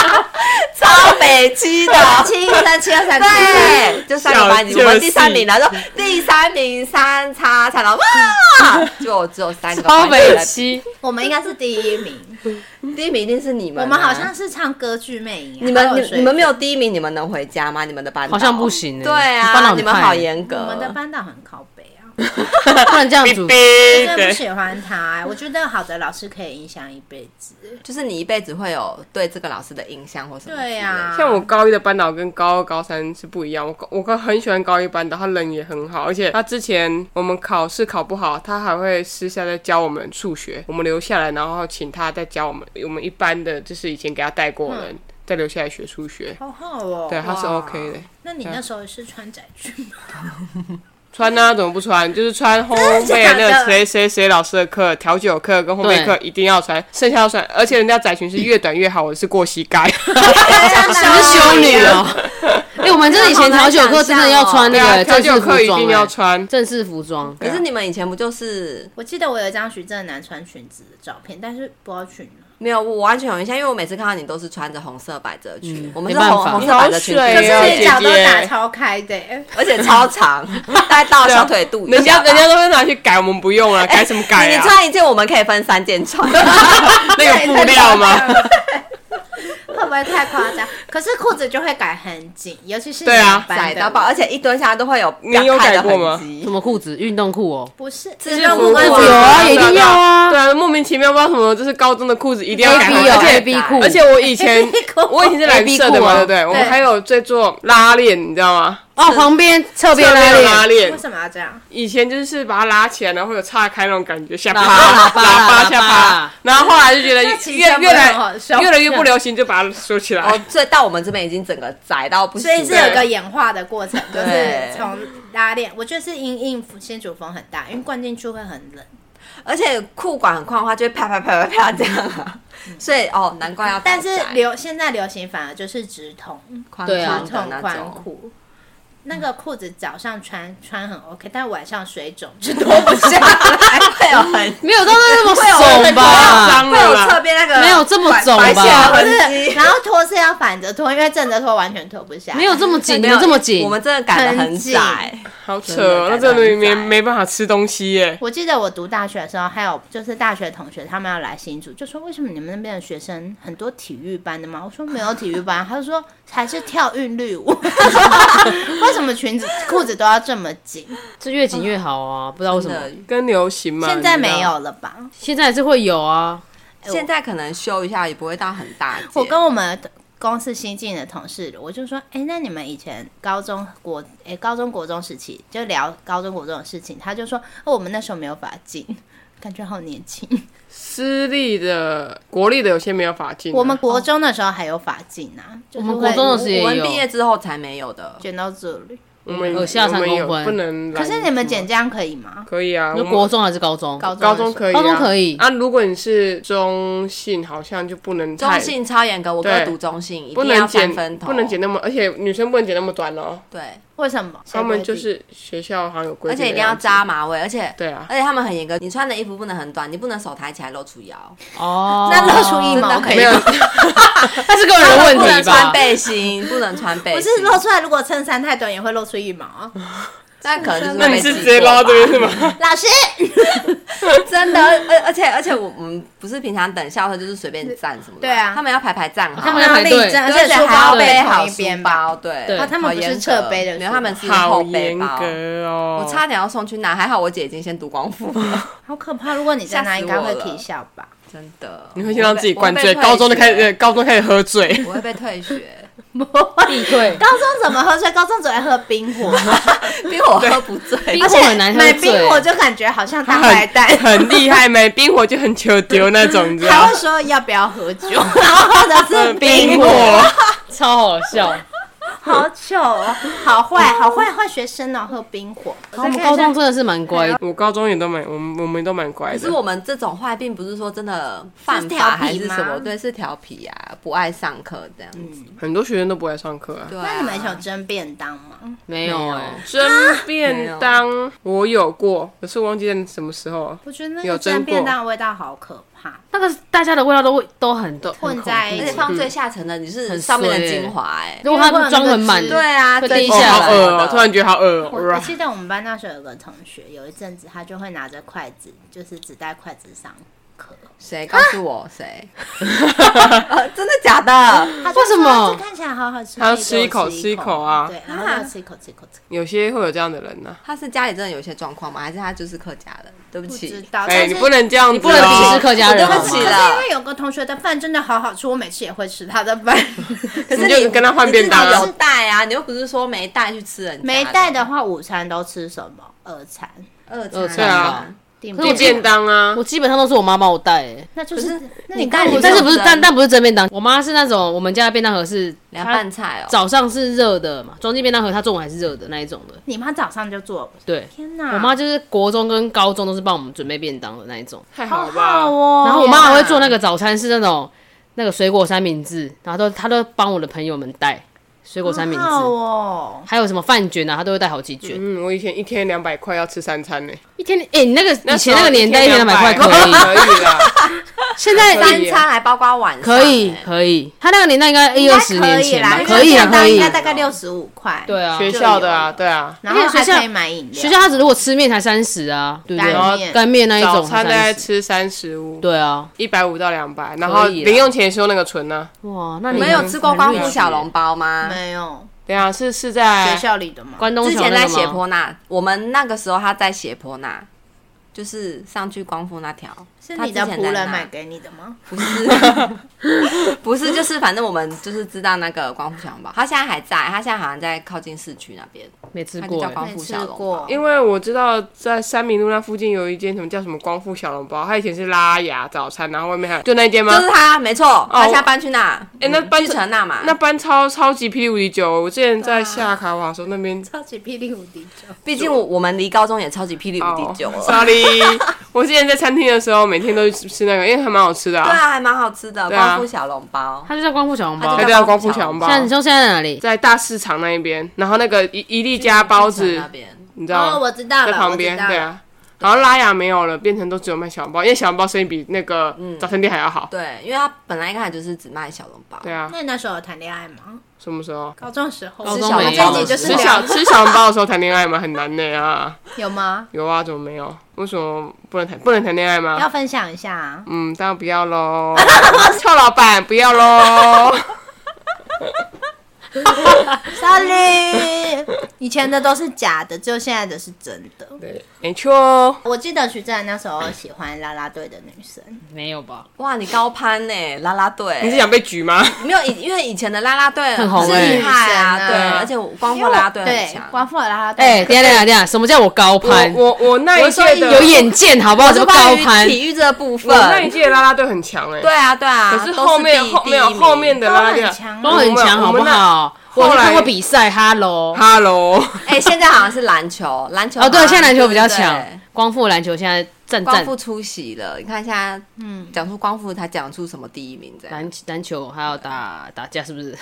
S3: 超北七的。
S4: 三七三七二三七，
S3: 对，就三个班级，
S5: 小
S3: 我们
S5: 就是
S3: 第三名，然后说第三名三叉叉，然后哇， 就只有三个
S1: 超
S3: 班级
S1: 北
S3: 的。
S1: 七，
S4: 我们应该是第一名。
S3: 第一名一定是你们啊，
S4: 我们好像是唱歌剧魅影啊，
S3: 你
S4: 好
S3: 们
S4: 有
S3: 你
S4: 水
S3: 你们没有
S4: 准，
S3: 第一名，你们能回家吗？你们的班导
S1: 好像不行欸
S3: 对
S1: 你班导
S3: 啊，
S1: 很
S3: 你们
S1: 派
S3: 好严格。
S4: 我们的班导很靠北啊，
S1: 不能这样
S5: 哔
S1: 子。
S4: 我真的不
S5: 哔，
S4: 喜欢他欸。我觉得好的老师可以影响一辈子。
S3: 就是你一辈子会有对这个老师的印象或什么之类的。
S4: 对啊 呀，
S5: 像我高一的班导跟高二、高三是不一样，我高我高很喜欢高一班导，他人也很好，而且他之前我们考试考不好，他还会私下在教我们数学，我们留下来，然后请他再教我们，我们一班的就是以前给他带过的人，再留下来学数学，
S4: 好好哦。
S5: 对，他是 OK 的。
S4: 那你那时候是穿窄裙吗？
S5: 穿呢、怎么不穿？就是 穿烘焙那个谁谁谁老师的课，调酒课跟烘焙课一定要穿，剩下要穿。而且人家窄裙是越短越好，我是过 膝盖。
S1: 什么修女 哦？哎，我们这以前调酒课真的要穿
S5: 对
S1: 那
S5: 啊，
S1: 个
S5: 调
S1: 正
S5: 酒
S1: 式
S5: 课
S1: 服
S5: 一定
S1: 装
S5: 要
S1: 欸，
S5: 穿。
S1: 正式服装。
S3: 可是你们以前不就是
S4: 我记得我有一张徐正南穿裙子的照片，但是不知道去哪。
S3: 没有？我完全有印象，因为我每次看到你都是穿着红色百褶裙，
S1: 嗯
S3: 我们是
S1: 没办
S3: 红
S1: 法
S3: 红色百褶裙，
S5: 你好水
S4: 可
S5: 哎
S4: 是
S5: 呀
S4: 你脚都
S5: 姐姐
S4: 打超开的 欸，
S3: 而且超 长，大概到小腿肚以
S5: 啊人
S3: 下
S5: 家
S3: 吧。
S5: 人家都会拿去改，我们不用了，改什么改
S3: 哎你你
S5: 啊？
S3: 穿一件，我们可以分三件穿。
S5: 那有布料吗？
S4: 会不会太夸张？可是裤子就会改很紧，尤其是
S5: 对啊
S4: 你们班的
S3: 窄到爆，而且一蹲下来都会有
S5: 你有改过吗
S3: 吗？
S1: 什么裤子？运动裤哦。
S4: 不是，哦
S3: 这是
S4: 运动
S3: 服
S4: 跟
S3: 务
S4: 自由
S1: 有啊
S5: 对
S1: 一定要啊
S5: 对啊，莫名其妙不知道什么，就是高中的裤子一定要
S1: A
S5: 改
S1: B
S5: 回
S3: 有
S5: 来，
S1: 哦
S5: 而
S1: ，A
S5: 且
S1: B 裤
S5: 而且我以前
S4: A B 裤
S5: 我以前是蓝色的嘛，对
S1: 啊
S5: 不对？我们
S4: 对
S5: 还有在做拉链，你知道吗？
S1: 哦，旁边侧边拉
S5: 侧
S1: 链，
S5: 拉链
S2: 为，什么要这样？
S5: 以前就是把它拉起来，然后会有岔开那种感觉，下巴
S1: 喇叭喇叭
S5: 叭
S1: 喇
S5: 下
S1: 叭
S5: 巴，然后后来就觉得
S2: 那其实
S5: 越
S2: 这样不
S5: 越
S2: 是
S5: 来
S2: 很好笑
S5: 越来越不流行，就把它收起来
S3: 哦。，所以到我们这边已经整个窄到不行
S2: 所以
S3: 了，
S2: 是有个演化的过程，就
S3: 对
S2: 是从拉链，我觉得是因应新主风很大，因为灌进去会很冷，
S3: 而且裤管很宽的话，就会啪啪啪啪啪这样啊。所以哦，难怪要
S2: 但是
S3: 窄
S2: 流现在流行反而就是直筒，
S3: 宽
S1: 对啊
S2: 直
S3: 宽
S2: 筒
S3: 的那
S2: 宽
S3: 种。
S2: 裤。那个裤子早上穿穿很 OK，但晚上水肿就脱不 下来。
S3: 会有很
S1: 没有到那么
S5: 会
S1: 耸
S5: 有啊夸
S1: 吧？
S5: 张
S3: 会有
S5: 了
S3: 侧
S5: 啦，
S3: 边那个
S1: 没有这么肿
S3: 白白线的
S1: 吧？
S3: 痕
S4: 不是，
S3: 迹，
S4: 然后脱是要反着脱，因为正着脱完全脱不下。
S1: 没有，这么紧，没有
S3: 有
S1: 这么紧
S3: 我。们真的改的很窄。
S5: 好扯哦，那真的没没没办法吃东西耶。
S4: 我记得我读大学的时候，还有就是大学同学他们要来新竹，就说为什么你们那边的学生很多体育班的吗？我说没有体育班，啊他就说还是跳韵律舞。 为什么裙子裤子都要这么紧？
S1: 这越紧越好啊，不知道为什么。
S3: 真
S5: 跟流行嘛，
S4: 现在
S5: 你知道
S4: 没。有了吧？
S1: 现在还是会有啊，
S3: 的现在可能修一下也不会到很大件。
S4: 我跟我们公司新进的同事，我就说，哎、那你们以前高中国，哎、高中国中时期就聊高中国中的事情，他就说，哦，我们那时候没有法进，感觉好年轻。
S5: 私立的、国立的有些没有法进啊，
S4: 我们国中的时候还有法进啊，就是
S1: 哦我们国
S4: 会
S1: 中的时也
S3: 我们
S1: 有
S3: 毕业之后才没有的，
S4: 卷到这里。
S5: 我们
S1: 有下三
S5: 我们有
S1: 公分
S5: 不能来。
S4: 可是你们剪这样可以吗？
S5: 可以啊，我
S1: 就
S5: 们
S1: 国中还是高中？
S4: 高中
S5: 高中可以啊，
S1: 高中可以
S5: 啊。如果你是中性，好像就不能
S3: 中
S5: 太
S3: 性超严格，我哥
S5: 对
S3: 读中性，一
S5: 不
S3: 定要
S5: 能
S3: 三
S5: 剪
S3: 分，头，
S5: 不能剪。那么，而且女生不能剪那么短哦。
S3: 对，
S4: 为什么？
S5: 他们就是学校好像有规
S3: 而
S5: 定，
S3: 且一定要扎。马尾，而且。
S5: 对啊，
S3: 而且他们很严格，你穿的衣服不能很短，你不能手抬起来露出腰，
S1: 哦，
S4: 那露出一毛可以
S5: 没有
S4: 吗？
S1: 那是个人
S3: 不
S1: 问
S3: 能
S1: 题
S3: 穿
S1: 吧？
S3: 背心，不能穿背
S2: 不
S3: 心。
S2: 是露出来，如果衬衫太短也会露出一毛啊。
S3: 那可能就是
S5: 那
S3: 会被
S5: 你是
S3: 记
S5: 直接
S3: 过
S5: 拉
S3: 吧
S5: 这边 是吗？
S4: 老师，
S3: 真的，而而且而且我我们不是平常等校车就是随便站什么的，
S2: 对啊
S3: 他们要排排站好，
S1: 他们
S2: 然
S1: 要
S2: 后
S1: 排队
S2: 另一张而
S3: 对而
S2: 且
S3: 且
S2: 书
S3: 还要
S2: 包
S3: 背
S2: 背
S3: 好
S2: 同一
S3: 书
S2: 边吧。
S3: 包，对
S1: 对
S3: 哦
S1: 他
S2: 们不是侧背的
S3: 没
S2: 书
S3: 有，他们是
S5: 好
S3: 后背
S5: 严
S3: 包。
S5: 格哦！
S3: 我差点要送去拿，还好我姐已经先读光复了，
S4: 好可怕！如果你在那，应该会啼笑吧？
S3: 真的。
S5: 你会先让自己灌
S3: 我会
S5: 醉，
S3: 被
S5: 高中就开始，
S3: 退学
S5: 呃高中开始喝醉。
S3: 我会被退学，
S1: 必 退，
S4: 高中怎么喝醉？高中只会喝冰火，
S3: 因为我喝不醉
S1: 冰。火很难喝
S4: 买冰火
S1: 醉。
S4: 就感觉好像
S5: 他
S4: 大白
S5: 很
S4: 蛋，
S5: 很 厉害，没冰火就很求丢那种，你知
S4: 还
S5: 道
S4: 会？说要不要喝酒，然后喝的是 冰火，
S5: 火，
S1: 超好笑。
S4: 好糗哦，好坏，好坏坏学生哦，喝冰火。
S1: 我们高中真的是蛮乖的，
S5: 我高中也都蛮，我们我们都蛮 乖
S3: 可是
S5: 的。
S3: 我们这种坏病不是说真的犯
S4: 是调
S3: 法
S4: 皮
S3: 还是什么，
S4: 吗
S3: 对，是调皮啊，不爱上课这样子。
S5: 很多学生都不爱上课啊。
S3: 对啊，
S4: 那你们有蒸便当吗？
S1: 没有哎，
S5: 蒸便当我有过，可是我忘记在什么时候了。
S4: 我觉得那
S5: 有
S4: 个
S5: 蒸
S4: 蒸便
S5: 过
S4: 当的味道好可怕，
S1: 那个大家的味道都会都很都
S4: 混在一
S3: 而且
S4: 起。
S3: 放最下层的你是
S1: 很
S3: 上面的
S1: 衰欸
S3: 精华，哎，
S1: 如果他们装很满，
S3: 对啊，
S1: 嗯会
S3: 真
S1: 滴
S5: 哦，
S3: 的
S1: 下来
S5: 好恶哦！突然觉得好恶
S4: 我我
S5: 哦。
S4: 记得我们班那时候有个同学，有一阵子他就会拿着筷子，就是只带筷子上课。
S3: 谁告诉我 谁？呃真的假的？
S4: 他就
S1: 为什
S4: 说
S1: 么
S4: 这看起来好好吃，
S5: 他要
S4: 可以
S5: 吃
S4: 给我
S5: 一口
S4: 吃
S5: 吃一口啊
S4: 对，然后就吃一口，吃一口，吃一口。
S5: 有些会有这样的人呢。
S3: 他是家里真的有一些状况吗？还是他就是客家的？对不
S4: 不知
S3: 起，
S4: 道，
S5: 哎，
S4: 但
S5: 你
S4: 是
S5: 不能这样子哦，
S1: 不能鄙视客家人
S3: 我对
S1: 好
S3: 不起
S1: 吗？
S2: 可
S3: 了
S2: 是因为有个同学的饭真的好好吃，我每次也会吃他的饭。
S3: 可是
S5: 你就跟他换便当啊哦
S3: 你自己有带啊，你又不是说没带去吃人家
S4: 没带的话，午餐都吃什么？二餐
S3: 二
S1: 二
S3: 餐
S1: 餐
S5: 吧，
S4: 订
S1: 可是我记得
S5: 便当啊
S1: 我，基本上都是我妈帮我带哎。
S4: 那就是
S3: 可是
S4: 那你
S3: 你
S4: 干
S3: 干
S4: 嘛
S3: 嘛
S1: 但是不是
S3: 蒸
S1: 但但不是蒸便当，我妈是那种我们家的便当盒是
S3: 凉
S1: 她
S3: 拌菜哦。
S1: 早上是热的嘛，装进便当盒，她中午还是热的那一种的。
S4: 你妈早上就做？
S1: 对，
S4: 天哪！
S1: 我妈就是国中跟高中都是帮我们准备便当的那一种，
S5: 太好
S4: 好
S5: 了吧
S4: 好？哦。
S1: 然后我妈还会做那个早餐是那种那个水果三明治，然后都她都帮我的朋友们带水果三明
S4: 好好
S1: 治，
S4: 哦。
S1: 还有什么饭卷啊，她都会带好几卷。
S5: 嗯，我以前一天两百块要吃三餐呢，
S1: 一天，哎，你那个以前那个
S5: 时候
S1: 年代一天两百块可以，
S5: 可以啦。
S1: 现在
S5: 可以
S3: 三餐还包括晚上，
S1: 可以
S3: 哎
S1: 可以，她那个年代应该一二十年前吧
S4: 应，该
S1: 可以啊
S4: 便当
S1: 可以
S4: 应，该大概六十五块。
S1: 对啊，
S5: 学校的啊，对啊，
S4: 然后
S1: 而且
S4: 还
S1: 学校
S4: 可以买饮料。
S1: 学校他只如果吃面才三十啊，对不对？
S4: 干面
S1: 干面那一
S5: 早
S1: 种
S5: 餐
S1: 才
S5: 大概
S1: 三十，
S5: 吃三十五，
S1: 对啊，
S5: 一百五到两百，然后
S1: 可以啦啊
S5: 零用钱修那个存啊呢。
S1: 哇，那
S3: 你
S1: 你
S3: 们有吃过光复小笼
S1: 龙？
S3: 包吗？
S4: 没有
S5: 对啊，是是
S4: 学
S5: 在
S4: 校里的吗？
S1: 关东
S3: 之
S1: 小
S3: 前
S1: 那
S3: 在
S1: 个
S3: 斜
S1: 吗？
S3: 坡那，我们那个时候他在斜坡那，就是上去光复那条，
S2: 是
S3: 他
S2: 你的
S3: 之前在
S2: 仆人
S3: 哪
S2: 买给你的吗？
S3: 不是，不是， 就是反正我们就是知道那个光复小笼包，他现在还在，他现在好像在靠近市区那边，
S1: 没吃
S3: 他就
S1: 过
S3: 叫
S1: 欸。
S3: 光
S2: 没
S3: 复
S2: 吃
S3: 小笼包。
S2: 过，
S5: 因为我知道在三民路那附近有一间什么叫什么光复小笼包，它以前是拉雅早餐，然后外面还有就那一间吗？
S3: 就是他，没错，他现在搬去那，
S5: 哎那搬
S3: 去城那嘛，
S5: 那班超超级霹雳无敌久，我之前在下卡瓦的时候那边
S2: 超级霹雳无敌酒，
S3: 毕竟我我们离高中也超级霹雳无敌久了。
S5: s o r r y 我之前在餐厅的时候每天都去吃那个，因为还蛮好吃的
S3: 对
S5: 啊。
S3: 啊，还蛮好吃的
S5: 对啊
S3: 光复小笼包。
S1: 它就叫光复小笼包
S3: 它
S5: 还
S3: 就。
S5: 叫光复小笼包
S1: 现，在你说现在在哪里？
S5: 在大市场那一边，然后那个一一粒加包
S3: 去城
S5: 子
S3: 那，边，
S5: 你知道
S2: 哦，
S5: 吗？
S2: 我知道
S5: 在
S2: 了，
S5: 旁
S2: 我
S5: 边，
S2: 知道
S5: 对
S2: 了。
S5: 啊。然后拉雅没有了，变成都只有卖小笼包，因为小笼包生意比那个
S2: 嗯
S5: 早餐店还要好。
S3: 对，因为他本来一开始就是只卖小笼包。
S5: 对啊，
S2: 那你那时候有谈恋爱吗？
S5: 什么时候？
S2: 高中时候，
S1: 高
S3: 中没有
S2: 这一集就是
S5: 吃小吃小笼包的时候谈恋爱吗？很难的啊。
S4: 有吗？
S5: 有啊，怎么没有？为什么不能谈不能谈恋爱吗？
S4: 要分享一下啊！
S5: 嗯，当然不要 喽，臭老板不要喽。
S4: Sorry，
S2: 以前的都是假的，只有现在的是真的。
S5: 对，没错。
S4: 我记得徐志涵那时候喜欢啦啦队的女生，
S1: 没有吧？
S3: 哇，你高攀呢，啦啦队。
S5: 你是想被举 吗？
S3: 没有以因为以前的啦啦队
S1: 很红
S3: 是
S1: 欸
S3: 厉害啊，
S4: 女神啊
S3: 对，而且我光复啦啦队很
S4: 对
S3: 强，。
S4: 光复的啦啦
S1: 哎，
S4: 队，
S1: 等一下等一下等一下，什么叫我高攀？
S5: 我我我那一届的，
S1: 有眼见好不好？
S3: 我
S1: 什
S3: 是
S1: 么高
S3: 关于
S1: 攀？
S3: 体育这个部
S5: 我那一
S3: 分。
S5: 届的啦啦队很强哎、
S3: 对啊，对啊。
S5: 可是
S3: 都
S5: 后面
S3: 第一
S5: 后没有
S3: 第一名
S5: 后面的啦啦队啊
S2: 都很强
S1: 都
S4: 啊
S1: 很强好不？好？
S5: 我
S1: 我有去看
S5: 们后来
S1: 过比赛，Hello。
S5: Hello，
S3: 哎，现在好像是篮球，篮球
S1: 哦，对，
S3: 好像
S1: 现在篮球比较
S3: 对
S1: 强，光复篮球现在战
S3: 光
S1: 战
S3: 复出席了，你看现在，嗯，讲出光复，才讲出什么第一名这样？
S1: 篮篮球还要打打架是不是？
S3: 啊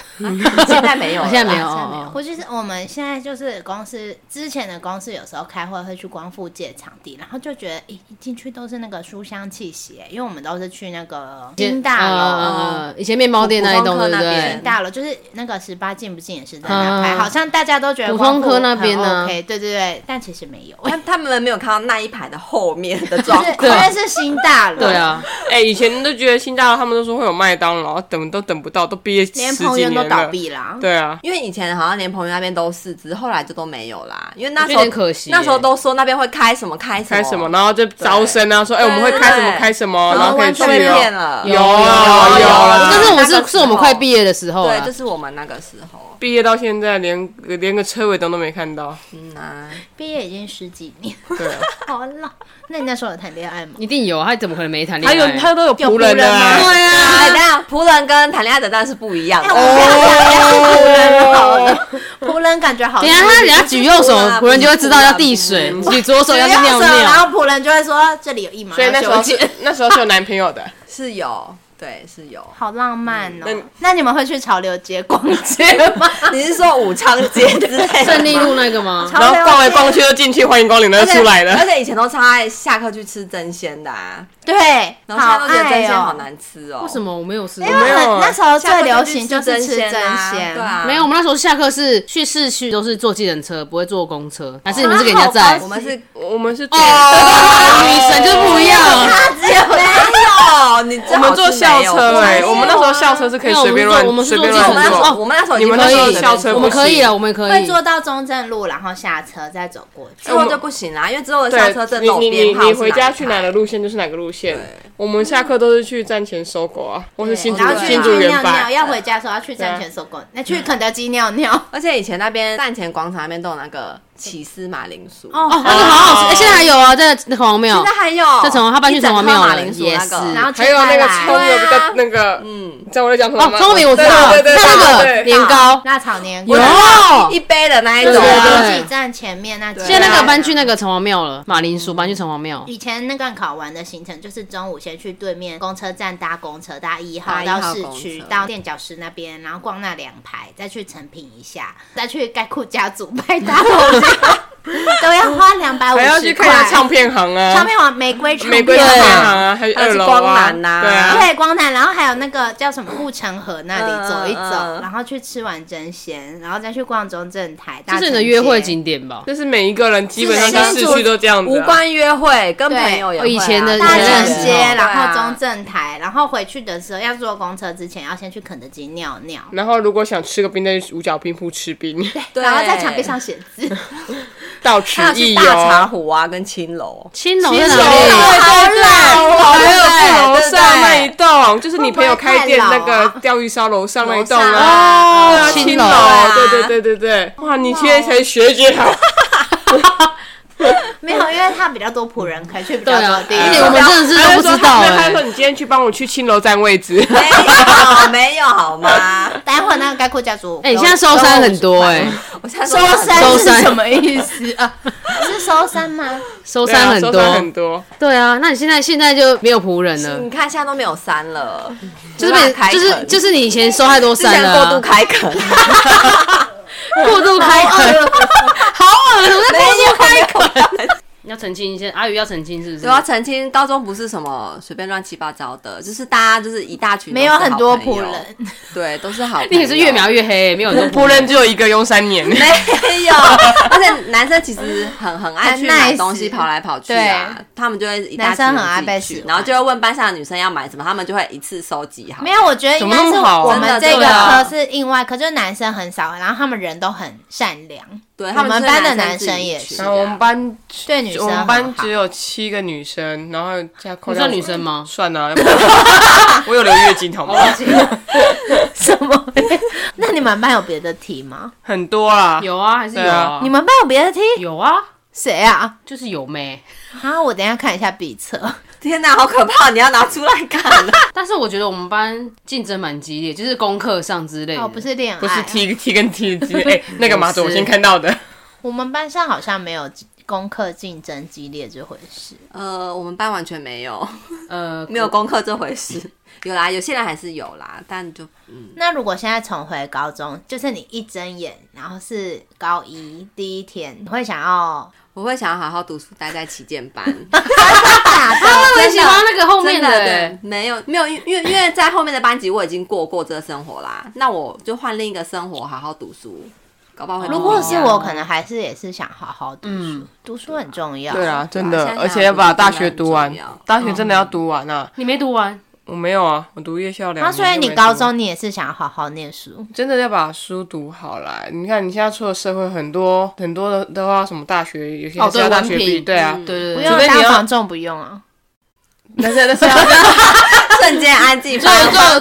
S3: 现在没有了，
S1: 现在没有，
S3: 现在
S1: 哦哦
S4: 或就是我们现在就是公司之前的公司，有时候开会会去光复借场地，然后就觉得，诶、一进去都是那个书香气息、因为我们都是去那个金大楼。
S1: 呃以前面包店那一栋
S3: 普
S1: 对
S3: 通科
S1: 不
S3: 那
S1: 对
S3: 边
S4: 金？大楼就是那个十八禁不禁也是在那拍，
S1: 嗯
S4: 好像大家都觉得
S1: 普通科
S4: 光复
S1: 那边
S4: 很
S1: 呢哦
S4: OK，对对对，但其实没有，
S3: 但他们没有看到那一排的后面的状
S4: 就 是
S3: 况
S4: 因。为是新大楼，
S1: 对，啊，
S5: 哎、以前都觉得新大陆他们都说会有麦当劳，啊等都等不到，都毕业
S4: 连
S5: 十
S4: 彭
S5: 几
S4: 园
S5: 年
S4: 都倒
S5: 了。
S4: 闭啦。
S5: 对啊，
S3: 因为以前好像连彭于那边都是，只是后来就都没有啦。因为那时
S1: 有
S3: 候
S1: 点可惜耶
S3: 那时候都说那边会开什么开什么
S5: 开什么，然后就招生啊，说哎、我们会开什么开什么，然后可以
S3: 完
S5: 去
S3: 全被骗
S5: 哦。
S3: 了。
S5: 有
S3: 有
S5: 啊有啊，
S1: 但是我
S3: 那
S1: 是
S3: 个时候
S1: 是我们快毕业的时候
S3: 对，
S1: 啊
S3: 就，是我们那个时候，
S5: 毕业到现在连连个车尾灯都没看到。
S3: 嗯啊，
S4: 毕业已经十几年，
S5: 对、啊，
S4: 好老。那你那时候有谈恋爱吗？
S1: 一定有，他怎么可能没谈恋
S5: 还
S1: 爱？
S5: 有他都有仆人
S4: 有仆人
S5: 的、
S4: 吗
S5: 啊。哎
S3: 哎，等一下仆人跟谈恋爱的当然是不一样的。
S5: 哦，
S4: 仆人感觉 好
S1: 等一下他等一下举右手
S3: 不
S1: 仆
S3: 是不是，
S1: 人就会知道要递
S3: 不
S1: 水
S3: 是；
S1: 举左手要去
S4: 只要
S1: 尿
S4: 手然
S1: 尿。
S4: 后仆人就会说这里有一毛，
S5: 所以那时候
S4: 要修剪。
S5: 是那时候是有男朋友的。
S3: 是有，对，是有
S4: 好浪漫哦、
S5: 嗯那你
S4: 那你们会去潮流街逛街吗？
S3: 你是说武昌街之类的？
S1: 胜利路那个吗？
S4: 潮
S5: 然
S4: 流
S5: 后
S4: 街
S5: 逛来逛去就进去，欢迎光临，然
S3: 而
S5: 后
S3: 且
S5: 出来了
S3: 而。且以前都超爱下课去吃真鲜的啊，
S4: 对，
S3: 然后现在都觉得真鲜好
S4: 爱哦、
S3: 难吃 哦。
S1: 为什么我没有吃？
S4: 因为
S5: 没有
S4: 很
S5: 啊
S4: 那时候
S3: 下
S4: 最
S3: 课
S4: 流
S3: 去
S4: 行就是吃真
S3: 鲜啊
S4: 鲜，
S3: 对啊，
S1: 没有，我们那时候下课是去市区，都是坐计程车，不会坐公车。还是你们是给人家载？
S3: 我们啊是
S5: 我们是
S1: 哦，女神就不一样。
S4: 他只
S5: 啊
S4: 有
S3: 没有，你
S5: 我们坐校车哎、
S3: 哎，
S5: 我们那时候校车是可以
S1: 没有
S5: 随便
S1: 我们
S5: 乱
S1: 是
S5: 随
S1: 坐我
S5: 便
S1: 们是
S5: 乱
S1: 坐
S3: 我们那
S1: 计
S3: 时
S1: 程车。
S3: 候我们那时候
S5: 坐你们那
S1: 可
S5: 时候
S1: 以，
S5: 校车
S1: 我们可以啊
S5: 了。
S1: 了，我们可
S4: 会
S1: 以。
S4: 坐到中正路，然后下车再走过去
S3: 之。后就不行啦，因为之后的
S5: 对
S3: 校车正
S5: 你
S3: 走
S5: 你你
S3: 鞭炮
S5: 你
S3: 是
S5: 回家
S3: 一
S5: 去
S3: 台
S5: 哪个路线就是哪个路线。我们下课都是去站前搜狗啊，或是
S4: 对
S5: 新竹
S4: 然后去
S5: 新
S4: 去
S5: 竹
S4: 尿
S5: 原
S4: 尿，
S5: 版。啊
S4: 要回家的时候要去站前搜狗，那去肯德基尿尿。
S3: 而且以前那边站前广场那边都有那个起司马铃薯，
S4: 哦
S1: 哦，那个好好吃，哎现在还有啊，在城隍庙
S3: 现在。还有，啊
S1: 在城隍他搬去
S3: 一整
S1: 城隍
S3: 颗
S1: 庙
S3: 马
S1: 了
S3: 铃薯
S1: 也
S3: 那个，
S1: 是
S4: 然后切
S5: 还有那
S4: 开
S5: 个
S4: 来
S5: 葱油比较那个，
S3: 嗯，
S5: 你知道我在讲什么
S1: 哦
S5: 吗？，
S1: 聪明我知道，
S5: 对对对，
S1: 那
S5: 对
S1: 个
S5: 对
S1: 年糕
S4: 辣炒年
S1: 有
S4: 糕，，
S3: 一杯的那一
S1: 哦对
S3: 种
S1: 对对
S3: 啊，
S1: 对
S4: 补给站前面那几
S5: 啊
S4: 家
S1: 现在那个搬去那个城隍庙了，马铃薯搬去城隍庙。
S4: 以前那段考完的行程就是中午先去对面公车站搭公车，搭一号
S3: 搭一号
S4: 到市区，
S3: 公车
S4: 到垫脚石那边，然后逛那两排，再去成品一下，再去盖库家族拍大头照，都要花两百五
S5: 还要去
S4: 十
S5: 看一下
S4: 块。
S5: 唱片行啊，
S4: 上面有玫瑰唱
S5: 玫瑰唱
S4: 片
S5: 片
S1: 对
S5: 行
S1: 啊
S5: 啊，还有
S3: 还有
S5: 二
S3: 去
S5: 楼
S3: 光
S5: 啊，
S3: 南
S5: 对
S3: 啊
S5: 啊，
S4: 对，光南，然后还有那个叫什么护城河那里
S3: 嗯
S4: 走一
S3: 嗯
S4: 走，
S3: 嗯
S4: 然后去吃完真鲜，然后再去逛中正台。
S1: 这
S4: 大
S1: 是你的
S4: 城街
S1: 约会景点吧？
S5: 这是每一个人基本上在市区都这样子
S3: 无
S5: 啊。
S3: 关约会，跟朋友也会啊
S1: 对以前的
S4: 大
S1: 以前的
S4: 城街，
S1: 时候
S3: 哦
S4: 然后
S3: 啊
S4: 中正台，然后回去的时候要坐公车之前要先去肯德基尿尿，
S5: 然后如果想吃个冰，再去五角冰铺吃冰。
S3: 对
S4: 然后在墙壁上写字，
S5: 到此
S3: 还有
S5: 一哦
S3: 去
S5: 游
S3: 大。茶壶啊，跟青楼。
S1: 青龙
S5: 对
S1: 哦在
S5: 对
S1: 哪
S5: 对
S1: 里？
S5: 对，还有
S3: 对
S5: 楼
S3: 对对
S5: 上那一栋，就是你朋友开店那个钓鱼烧楼上那一栋
S3: 啊楼上
S5: 啊，对啊
S1: 青
S5: 青
S1: 楼
S5: 楼
S3: 啊，
S5: 对对对对对，哇，你现在才学啊姐好，
S4: 没有，因为他比较多仆人，可以去比
S1: 对
S4: 较多
S1: 啊
S4: 的，地
S1: 而且
S4: 方
S1: 我们真的是都不知道
S5: 他
S1: 哎、
S5: 说你今天去帮我去青楼占位置，
S3: 没有，没有好吗？
S4: 待会儿那个概括家族，
S1: 哎、你现在收山很多哎、
S3: 我现在
S4: 收
S3: 说话很
S4: 山
S1: 收
S4: 是
S1: 山
S4: 什么意思啊？是收山吗？
S1: 收
S5: 对啊
S1: 山很
S5: 收
S1: 多，
S5: 很多，
S1: 对啊，那你现在现在就没有仆人
S3: 你
S1: 了，
S3: 看现在都没有山了，
S1: 就是
S3: 没
S1: 被
S3: 有开
S1: 就
S3: 垦
S1: 是就是你以前收太多
S3: 之
S1: 山
S3: 前
S1: 了、
S3: 过
S1: 啊，
S3: 度 开垦，
S1: 过度开
S4: 哎哦
S1: 垦，好恶心，我在过度开垦。
S3: 垦。
S1: 你 要澄清一下，阿宇要澄清是不是？
S3: 对啊，澄清高中不是什么随便乱七八糟的，就是大家就是一大群，
S4: 没有很多仆，人，
S3: 对，都是哎好朋友。
S1: 你也是越描越黑、没有很多
S5: 仆人只有一个用三年，
S3: 没 有，而且男生其实很很爱去
S4: 很 nice
S3: 买东西，跑来跑去啊，他们就会一大群
S4: 男生很爱
S3: 人自己
S4: 被
S3: 去
S4: 使唤
S3: 然后就会问班上的女生要买什么，他们就会一次收集好。
S4: 没有，我觉得应该
S5: 怎么
S4: 是
S5: 那么好啊
S4: 我们这
S3: 真的对
S4: 个
S3: 啊
S4: 科是另外科，就是男生很少，然后他们人都很善良，
S3: 对，
S4: 我
S3: 他
S4: 们
S3: 就是
S4: 班的
S3: 男
S4: 男生
S3: 自己
S4: 也
S3: 去啊
S4: 是啊
S5: 然后我们班
S4: 对女生
S5: 我
S4: 很好
S5: 们班只有七个女生，然后加扣
S1: 你知道
S5: 掉
S1: 女生吗？啊
S5: 算了，要不然我有留月经好吗？
S4: 什么？那你们班有别的题吗？
S5: 很多啦，
S1: 有啊，还是有
S5: 对
S1: 啊
S5: 啊？
S4: 你们班有别的题？
S1: 有啊，
S4: 谁啊？
S1: 就是有没。
S4: 啊，我等一下看一下笔册。
S3: 天哪，好可怕！你要拿出来看啊了。
S1: 但是我觉得我们班竞争蛮激烈，就是功课上之类的。
S4: 哦，不是恋爱，
S5: 不是 T T 跟 T 之间，哎，那个马子
S1: 不
S5: 我
S1: 是
S5: 先看到的，
S4: 我们班上好像没有功课竞争激烈这回事。
S3: 呃，我们班完全没有，
S1: 呃，
S3: 没有功课这回事。有啦，有些人还是有啦，但就
S5: 嗯
S4: 那如果现在重回高中，就是你一睁眼，然后是高一第一天，你会想要
S3: 我会想要好好读书，待在旗舰 班。
S4: 打
S1: 啊。
S4: 到
S1: 我也喜欢那个后面
S3: 真的啊
S1: 欸
S3: 对，没有没有，因因为因为在后面的班级我已经过过这个生活啦，那我就换另一个生活，好好读书，搞不好会不一样
S4: 如果是我，可能还是也是想好好读书，
S1: 嗯
S4: 读书很重要。
S5: 对啊，真
S3: 对啊
S5: 的
S3: 现，在
S5: 而且要把大
S3: 大学
S5: 学
S3: 读
S5: 读完
S3: 真的很重要，
S5: 大学真的要读完啊！
S1: 你没读完，
S5: 我没有啊，我读夜校两
S4: 那
S5: 年就
S4: 所
S5: 没读
S4: 以
S5: 完。
S4: 你高中你也是想好好念书，
S5: 真的要把书读好啦。你看你现在出了社会，很多很多的都要什么大学，有些
S1: 哦
S5: 是要
S1: 对
S5: 大
S1: 文
S5: 学
S1: 凭
S5: 毕业，对啊
S3: 嗯，
S1: 对对
S4: 不
S1: 对，
S4: 用
S5: 除非你
S4: 当
S5: 要
S4: 房仲不用啊。
S5: 但是但是要
S3: 瞬间安 静，
S5: 做 做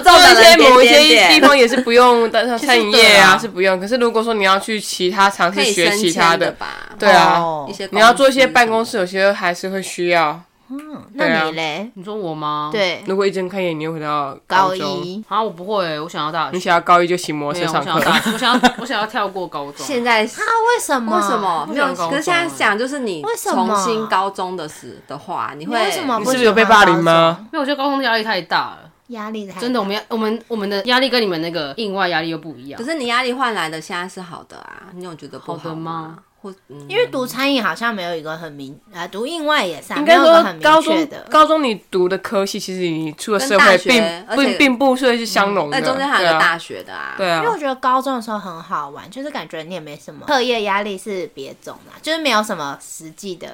S3: 做
S5: 做一些某一些地
S3: 点点，
S5: 方也是不用，但是餐饮
S3: 就
S5: 业
S3: 是对
S5: 啊
S3: 啊
S5: 是不用。可是如果说你要去其他尝
S3: 可
S5: 试
S3: 以
S5: 学
S3: 升
S5: 其他
S3: 迁的
S5: 的，
S3: 吧？
S5: 对啊，
S4: 哦
S3: 一些
S5: 你要做一些办公室，有些还是会需要。
S4: 嗯，
S5: 对
S4: 那
S5: 啊
S4: 你嘞？
S1: 你说我吗？，
S4: 对，
S5: 如果一睁开眼，你又回到
S4: 高
S5: 中，
S4: 一
S1: 啊，我不会，我想要大
S5: 你
S1: 学。
S5: 想要高一就骑摩
S1: 没
S5: 托
S1: 有，
S5: 车
S1: 我
S5: 上
S1: 想要
S5: 课，
S1: 大学，我想要，我想要跳过高中。
S3: 现在为
S4: 啊，为什么？
S3: 什么没有？
S1: 想高中
S3: 可是现在想，就是你
S4: 为什么
S3: 重新高中的时的话，你
S4: 你
S3: 会
S4: 为什么
S5: 你
S4: 不
S5: 是不是
S4: 喜
S5: 有被
S4: 欢
S5: 霸
S4: 高
S5: 凌吗
S4: 中？？
S1: 因为我觉得高中压力太大了，
S4: 压力太
S1: 真的，我们要我们我们的压力跟你们那个另外压力又不一样
S3: 可。是你压力换来的现在是好的啊，你有觉得不
S1: 好的吗
S3: 吗？或嗯因
S4: 因为读餐饮好像没有一个很明啊，读印外也是啊
S5: 应该
S4: 没有一个
S5: 说
S4: 很
S5: 高
S4: 明确
S5: 中
S4: 的。
S5: 高中你读的科系，其实你出了社
S3: 跟
S5: 会
S3: 大学
S5: 并
S3: 而且
S5: 并并不是是相容的，
S3: 那哎中间还有
S5: 对
S3: 个
S5: 啊
S3: 大学的啊，
S5: 对啊
S4: 因为，我觉得高中的时候很好玩，就是感觉你也没什么课业压力是别种啦，就是没有什么实际的，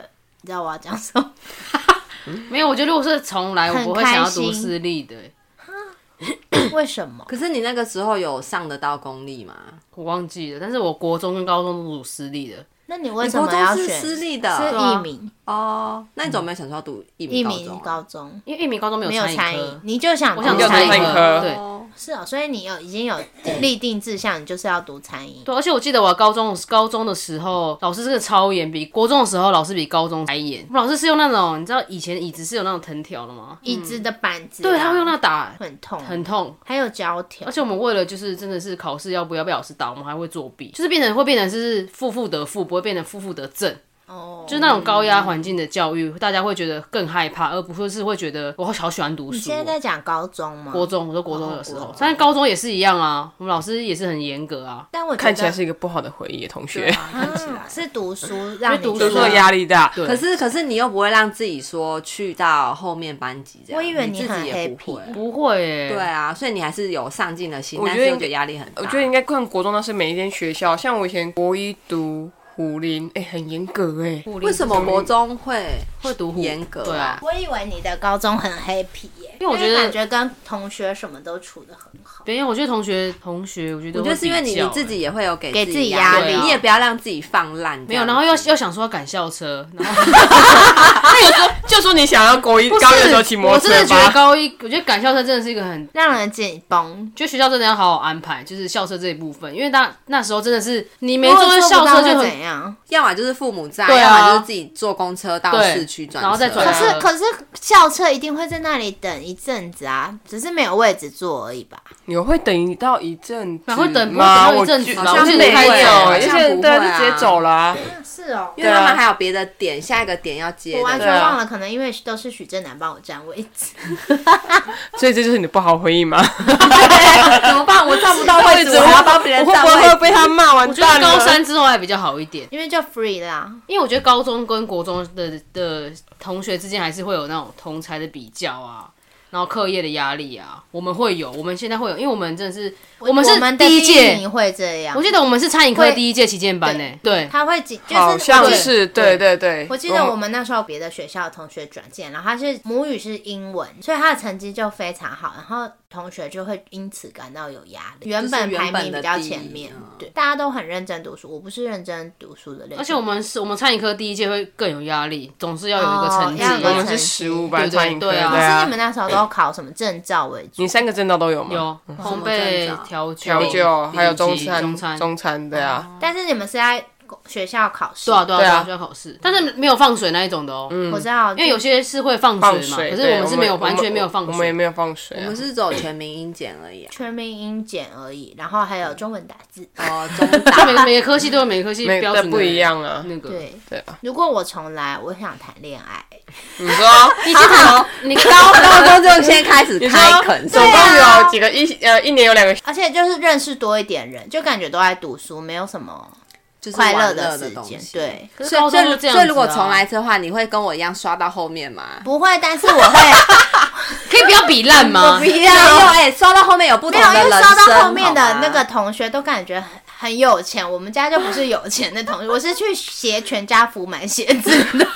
S4: 你知道我要讲什么？
S1: 没有，我觉得如果是重来，我
S4: 很
S1: 不会想要
S4: 开
S1: 读
S4: 心
S1: 私立的欸、
S4: 为什么？
S3: 可是你那个时候有上得到公立吗？
S1: 我忘记了。但是我国中跟高中都读私立的，
S4: 那你为
S3: 你
S4: 什
S3: 国
S4: 么
S3: 中
S4: 要
S3: 是
S4: 选
S3: 私立
S4: 是
S3: 的
S1: 啊
S4: 艺名
S3: 哦，那你怎么没有想说要读一
S4: 艺
S3: 名高中
S4: 名
S3: 啊？
S4: 嗯高中
S1: 因为一名高中没
S4: 没
S1: 有
S4: 有
S1: 餐
S4: 餐
S1: 饮
S4: 饮
S1: 科，，
S4: 你就想
S1: 我
S4: 读
S1: 想
S5: 读
S1: 餐
S5: 餐饮
S1: 饮
S5: 科
S1: 科，对。
S3: 哦
S4: 是哦，所以你有已经有立定志向，你就是要读餐饮。
S1: 对，而且我记得我高中高中的时候，老师真的超严，比国中的时候老师比高中还严。我们老师是用那种，你知道以前椅子是有那种藤条的吗？
S4: 椅子的板子啊，
S1: 对，他会用那打，
S4: 很痛，
S1: 很痛。
S4: 还有胶条
S1: 而，且我们为了就是真的是考试要不要被老师打，我们还会作弊，就是变成会变成是负负得负，不会变成负负得正。
S4: 哦，
S1: 就是那种高压环境的教育，大家会觉得更害怕，而不是会觉得我好喜欢读
S4: 你
S1: 书
S4: 现在
S1: 哦。
S4: 在讲高中吗？
S1: 国中，我说国中的时
S4: 哦
S1: 候
S4: 国，中
S1: 但是高中也是一样啊，我们老师也是很严格啊。
S4: 但我觉得
S5: 看起来是一个不好的回忆，同学，
S4: 啊是读书让你
S1: 读
S5: 读
S4: 觉
S5: 书
S4: 得
S5: 的压力大，
S1: 对，
S3: 可是可是你又不会让自己说去到后面班级这样，
S4: 我以为
S3: 你
S4: 你
S3: 自
S4: 很
S3: 己也不
S4: happy
S3: 会。
S1: 不会耶、
S3: 对啊，所以你还是有上进的心，
S5: 我
S3: 但
S5: 觉得
S3: 是又觉得压力很大。
S5: 我觉得应该看国中，那是每一间学校。像我以前国一读虎林，哎、很严格哎、
S1: 护理
S3: 为什么国中会
S1: 会读虎
S3: 严格
S1: 对啊
S3: 啊？
S4: 我以为你的高中很 happy 耶、
S1: 因为我觉
S2: 因为感
S1: 得，
S2: 觉跟同学什么都处的很好。
S1: 没有，我觉得同学同学，我觉得
S3: 我
S1: 我
S3: 觉得是因为你你
S5: 欸
S3: 自己也会有给
S4: 给
S3: 自
S4: 自己
S3: 压啊
S1: 压力
S3: 你也不要让自己放烂。
S1: 欸没有，
S3: 这样
S1: 然后又又想说要赶校车，然 后
S5: 那有时候就说你想要高一
S1: 不是
S5: 高一的时候骑摩
S1: 我
S5: 托
S1: 真的
S5: 车
S1: 觉得
S5: 吧，
S1: 高一，我觉得赶校车真的是一个很，
S4: 让人紧绷。
S1: 就学校真的要好好安排，就是校车这一部分，因为那那时候真的是你没
S4: 如果
S1: 坐
S4: 做
S1: 校
S4: 不到
S1: 车就
S4: 会
S1: 很
S4: 怎样？
S3: 要么就是父母在，
S1: 对啊
S3: 要么就是自己坐公车到
S1: 对
S3: 市区转车，
S1: 然后再转
S4: 可
S1: 对
S4: 是
S1: 啊
S4: 可是校车一定会在那里等一阵子啊，只是没有位置坐而已吧？
S5: 你会等到一阵子
S1: 哪会等不会
S5: 吗？
S1: 等到一
S5: 我
S1: 阵子
S5: 觉
S1: 吧
S5: 得
S3: 好像
S5: 我记
S3: 不
S5: 得开
S3: 会
S5: 走，
S3: 好
S5: 有
S3: 像
S5: 些
S3: 不
S5: 人
S3: 会
S5: 对
S3: 啊
S5: 就直接走了啊。
S2: 啊是哦，
S3: 因为他
S5: 对
S3: 们
S5: 啊
S3: 还有别的点，下一个点要接
S4: 我完
S3: 的。
S4: 全
S5: 对啊
S4: 忘了，可能因为都是许正南帮我占位置。
S5: 所以这就是你的不好回忆 吗？
S3: 怎么办？我占不到位置，
S5: 我
S3: 我还要帮别
S5: 我
S3: 人
S5: 会
S3: 占
S5: 不会
S3: 位
S5: 会
S3: 置。
S5: 被他骂完
S1: 我觉得
S5: 蛋了？
S1: 高三之后还比较好一点，
S4: 因为就 free 啦，
S1: 因为我觉得高中跟国中的的同学之间还是会有那种同才的比较啊，然后课业的压力啊，我们会有，我们现在会有，因为我们真的是我们是
S4: 们的
S1: 第一
S4: 营
S1: 届，
S4: 会这样
S1: 我，记得我们是餐饮科
S4: 会
S1: 第一届旗舰班呢、对，
S4: 他会紧，就是
S5: 好像
S4: 我记得
S5: 是对对对，
S4: 我记得我们那时候别的学校的同学转进，然后他是母语是英文，所以他的成绩就非常好，然后同学就会因此感到有压力。原本排名比较前面
S3: 原本的第一，
S4: 对，大家都很认真读书，我不是认真读书的类型，
S1: 而且我们是我们餐饮科第一届会更有压力，总是要有一个
S4: 哦
S1: 成绩。
S4: 要有一个
S5: 我们
S4: 成
S5: 是
S4: 绩
S5: 十五班
S1: 对对
S5: 餐饮科，
S1: 对啊
S5: 对
S4: 可是
S5: 啊
S4: 你们，那时候都考什么证照为主？
S5: 你三个证照都有吗？
S1: 有
S3: 什
S1: 烘
S3: 么证照
S1: 焙、调酒、
S5: 嗯调酒，还有中
S1: 以及
S5: 餐，
S1: 中餐，
S5: 中餐，对啊，
S4: 但是你们是在学校考试，
S1: 对啊对啊对
S5: 对
S1: 啊，
S5: 啊嗯
S1: 就要考试，但是没有放水那一种的哦，
S4: 我知道，
S1: 因为有些是会放
S5: 放
S1: 水嘛，
S5: 水。
S1: 可是
S5: 对
S1: 我们是没有
S5: 我们
S1: 完全没有放
S5: 我们也
S1: 水。
S5: 没有放水
S3: 我
S5: 啊。
S3: 们是走全民英检而已啊。
S4: 全民英检而已，然后还有中文打字。
S3: 哦，中 大
S1: 每每个科系都有每个科系
S5: 没
S1: 标
S5: 但
S1: 准的嗯
S5: 不一样啊。
S1: 那个。
S4: 对，
S5: 对啊，
S4: 如果我重来，我想谈恋爱。
S5: 你说
S1: 你先谈，你
S3: 高高中就先开始
S5: 你
S3: 开垦
S5: 说，
S3: 是吧
S5: 总
S1: 啊
S5: 共有几个一呃一年有两个
S4: 而且就是认识多一点人，就感觉都在读书，没有什么
S3: 就是
S4: 快乐
S3: 玩乐
S4: 的时
S3: 东
S4: 间。
S3: 西。
S4: 对，
S1: 可是
S3: 所以，
S1: 高中
S3: 所以
S1: 就
S3: 如
S1: 这样、啊
S3: 所以如果重，来一次的话，你会跟我一样刷到后面吗？
S4: 不会，但是我会
S1: 可以不要比烂 吗？
S3: 要，哎，刷到后面有不
S4: 没
S3: 同
S4: 有，
S3: 的
S4: 因为
S3: 人
S4: 收
S3: 生哦
S4: 到后面的那个
S3: 好吗
S4: 同学都感觉很很有钱，我们家就不是有钱的同学，我是去鞋全家福买鞋子的，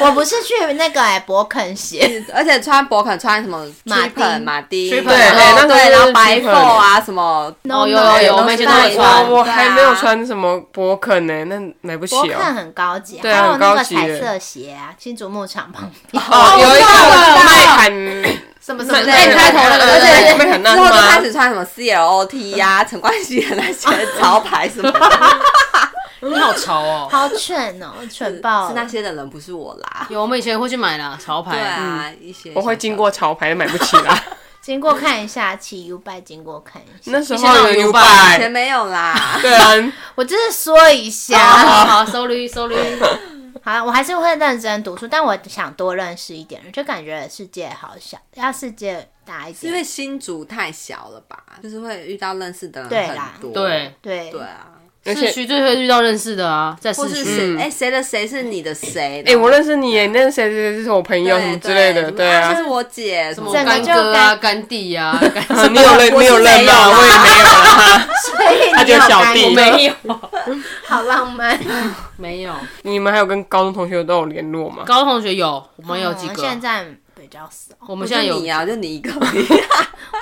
S4: 我不是去那个哎博肯鞋。
S3: 而且穿博肯穿什么
S4: 马丁
S3: Triple 马丁，
S1: Triple
S3: 对
S5: 对那
S3: 然后
S5: 都是
S3: 对，然后白
S5: Triple
S3: 凤啊什么，
S1: 哦
S4: No
S1: 有
S4: no，
S1: 有有，
S3: 对
S1: 我们以前都
S3: 对
S1: 会
S3: 对
S1: 穿
S5: 我。我
S3: 对啊
S5: 还没有穿什么勃肯呢，那买不起
S4: 博肯
S5: 哦。
S4: 很高级，还
S5: 对啊
S4: 有
S5: 很
S4: 那
S5: 高
S4: 个
S5: 级
S4: 彩
S5: 耶
S4: 色鞋啊，新竹牧场旁边，
S5: 哦，有一个
S1: 啊
S5: 麦肯，
S4: 什么什么
S5: 麦
S4: 的，
S1: 对开头那个
S3: 而且
S5: 麦肯纳
S3: 之后就开
S5: 吗？
S3: 始穿什么 C L O T 呀、陈冠希的那些潮牌什么的，
S1: 你好潮哦！
S4: 好蠢哦，蠢爆了！
S3: 是那些的人不是我啦。
S1: 有，我们以前会去买啦，潮牌。
S3: 对啊，一些
S5: 我会经过潮牌买不起 啦。
S4: 经过看一下，骑 U 拜经过看一下，
S5: 那时
S1: 以前
S5: 候
S1: 哪有
S5: 有 U
S3: 以前
S5: 拜，
S3: 没有 啦。
S5: 对啊，
S4: 我只是说一下。
S1: 好好嗯好，sorry sorry。
S4: 好了，我还是会认真读书，但我想多认识一点人，就感觉世界好小，要世界大一
S3: 是因为
S4: 点。
S3: 新竹太小了吧，就是会遇到认识的
S4: 对
S3: 人
S4: 啦嗯
S3: 很多。
S1: 对，
S4: 对，
S3: 对啊，
S5: 而
S1: 市
S5: 且
S1: 区最会遇到认识的啊，在
S3: 或
S1: 市
S3: 是
S1: 区。
S3: 谁？哎，谁的谁是你的谁？
S5: 哎，我认识你耶，你那是谁谁谁是我朋友
S3: 对
S5: 什么之类的，
S3: 什么
S5: 对
S3: 啊
S5: 啊
S3: 是。我姐什么
S4: 整个
S1: 干
S4: 就
S1: 哥啊，干弟啊， 干
S5: 啊你有认
S3: 我
S5: 你
S3: 是
S5: 有认
S3: 没有
S5: 吗？
S3: 啦
S5: 我也没有啦。
S4: 所以
S5: 他
S4: 你
S5: 就是
S4: 有
S5: 小
S4: 干
S5: 弟，
S4: 过
S1: 有，
S4: 好浪漫。
S1: 没有。
S5: 你们还有跟高中同学都有联络吗？
S1: 高中同学有，我们有几
S3: 哦
S4: 嗯
S1: 个。
S4: 现在比较少，
S1: 我
S3: 不
S1: 们
S3: 是
S1: 现在有
S3: 你，啊，就你一个。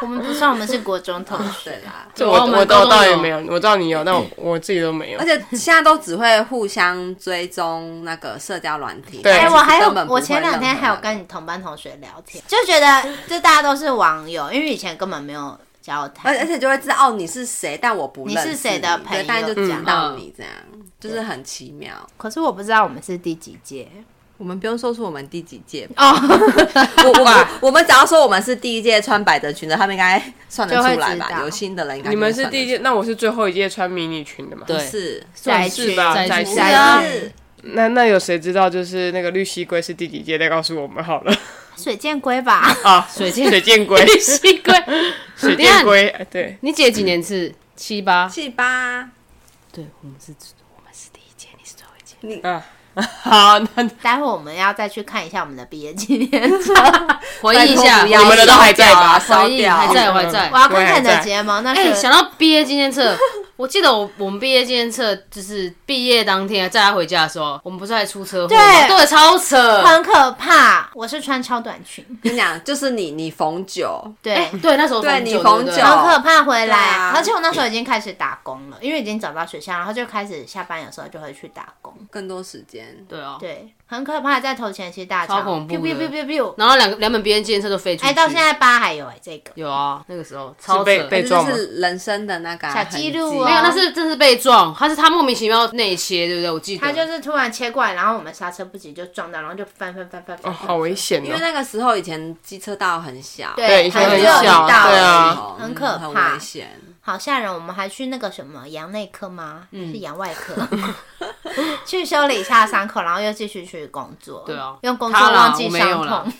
S4: 我们不算，我们是国中同
S3: 对
S4: 学。
S3: 啦。
S5: 这
S1: 有
S5: 我
S1: 啊我们
S5: 我
S1: 高
S5: 都
S1: 中
S5: 倒也
S1: 有
S5: 没有，我知道你有，但我我自己都没有
S3: 而。且现在都只会互相追踪那个社交软体。
S5: 对
S4: 哎，
S3: 但
S4: 我还有
S3: 根本，不
S4: 我
S3: 会啊
S4: 前两天
S3: 认识
S4: 还有
S3: 人
S4: 跟你同班同学聊天，就觉得就大家都是网友，因为以前根本没有交谈
S3: 而。而且就会知道哦，你是谁，但我不认识
S4: 你是谁的朋友
S3: 对但就知道
S1: 嗯
S3: 你这样，就是很奇妙。
S4: 可是我不知道我们是第几届
S3: 我们不用说出我们第几届，
S4: 哦，
S3: 我我们我们只要说我们是第一届穿百褶裙的，他们应该算得出来
S4: 就会知
S3: 吧？
S4: 道
S3: 有新的人应该
S5: 你们是第一届，
S3: 届，
S5: 那我是最后一届穿迷你裙的嘛？
S1: 对
S3: 是
S5: 算是吧
S1: 宅区
S5: 宅
S1: 宅区
S5: 区
S3: 是
S1: 宅
S3: 啊
S1: 区，
S5: 那那有谁知道就是那个绿西龟是第几届？再告诉我们好了
S4: 水箭龟吧？
S5: 啊！
S1: 水箭
S5: 水箭 龟，
S1: 西龟，
S5: 水箭龟，哎对，
S1: 你姐几年次？七 八。
S3: 七八，
S1: 对，我们是，我们是第一届，你是最后一届。
S5: 好，那你
S4: 待会我们要再去看一下我们的毕业纪念册，
S1: 回忆一
S3: 拜托
S1: 下
S3: 不，要
S5: 你们的都还在吧
S3: 烧
S1: 回忆
S3: 掉
S1: 还
S3: 啊，烧掉。
S1: 在，我还在
S4: 我。要看
S5: 对
S4: 看你
S5: 还
S4: 的
S5: 在
S4: 睫毛。那
S1: 哎、
S4: 时候
S1: 想到毕业纪念册， 我记得我我们毕业纪念册就是毕业当天载他回家的时候，我们不是还出车祸吗？
S4: 对
S1: 对，超 扯。
S4: 很可怕。我是穿超短裙，
S3: 跟你讲，就是你你逢九，
S4: 对，
S1: 哎对，那时候
S3: 对你
S1: 酒
S3: 逢
S1: 对不
S3: 酒
S1: 对
S4: 很可怕。回来，
S3: 对啊
S4: 而且我那时候已经开始打工了，因为已经找到学校，然后就开始下班，有时候就会去打工。
S3: 更多时间。
S1: 对啊。
S4: 对，很可怕，在头前期大
S1: 超
S4: 吵，
S1: 恐怖的
S4: biu biu biu biu biu
S1: 然后两个两本毕业纪念册都飞出去。
S4: 哎，到现在八还有哎、这个
S1: 有啊，那个时候超扯。
S5: 被被
S3: 这
S5: 撞
S3: 就
S5: 吗
S3: 是人生的那个
S4: 小记录
S3: 痕迹
S4: 啊
S1: 没有，那是真是被撞，他是他莫名其妙内切，对不对？我记得
S4: 他就是突然切过来，然后我们刹车不及就撞到，然后就翻翻翻翻
S5: 哦，
S4: 翻，
S5: 好危险
S3: 因为
S5: 哦！
S3: 那个时候以前机车道很小，
S5: 对以
S4: 还
S5: 前
S4: 有
S5: 很
S4: 一道
S5: 小
S4: 而
S5: 对啊
S4: 已
S3: 嗯
S4: 很可
S3: 很
S4: 怕
S3: 危，险。
S4: 好吓人。我们还去那个什么羊内科吗？
S1: 嗯
S4: 是羊外科， 去修理一下伤口，然后又继续去工作。
S1: 对啊
S4: 用工作
S1: 他啦
S4: 忘记
S1: 我没有
S4: 伤
S1: 啦
S4: 痛。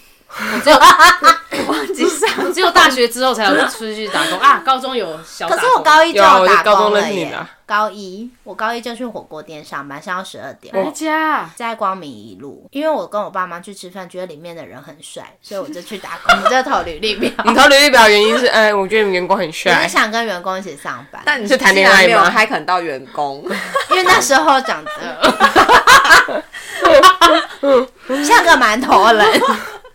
S3: 忘记上，
S1: 只有大学之后才有出去打工啊，高中有小打
S4: 可
S1: 工。
S4: 是我高一就
S5: 有啊我是
S4: 打
S5: 高中
S4: 工了
S5: 认识你
S4: 耶
S5: 的啊，
S4: 高一我高一就去火锅店上班，上到十二点。
S1: 哪一家？啊
S4: 在光明一路，因为我跟我爸妈去吃饭，觉得里面的人很帅，所以我就去打工，我就投履历表。
S5: 你投履历表原因是，哎，我觉得你们员工很
S4: 我是
S5: 帅，
S4: 想跟员工一起上班，
S3: 但你
S5: 是谈恋爱吗
S3: 竟然没有开垦到员工，
S4: 因为那时候长得像个馒头人。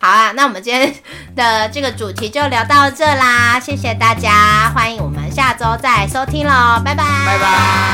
S4: 好啊，那我们今天的这个主题就聊到这啦，谢谢大家，欢迎我们下周再收听喽，拜拜，
S5: 拜拜。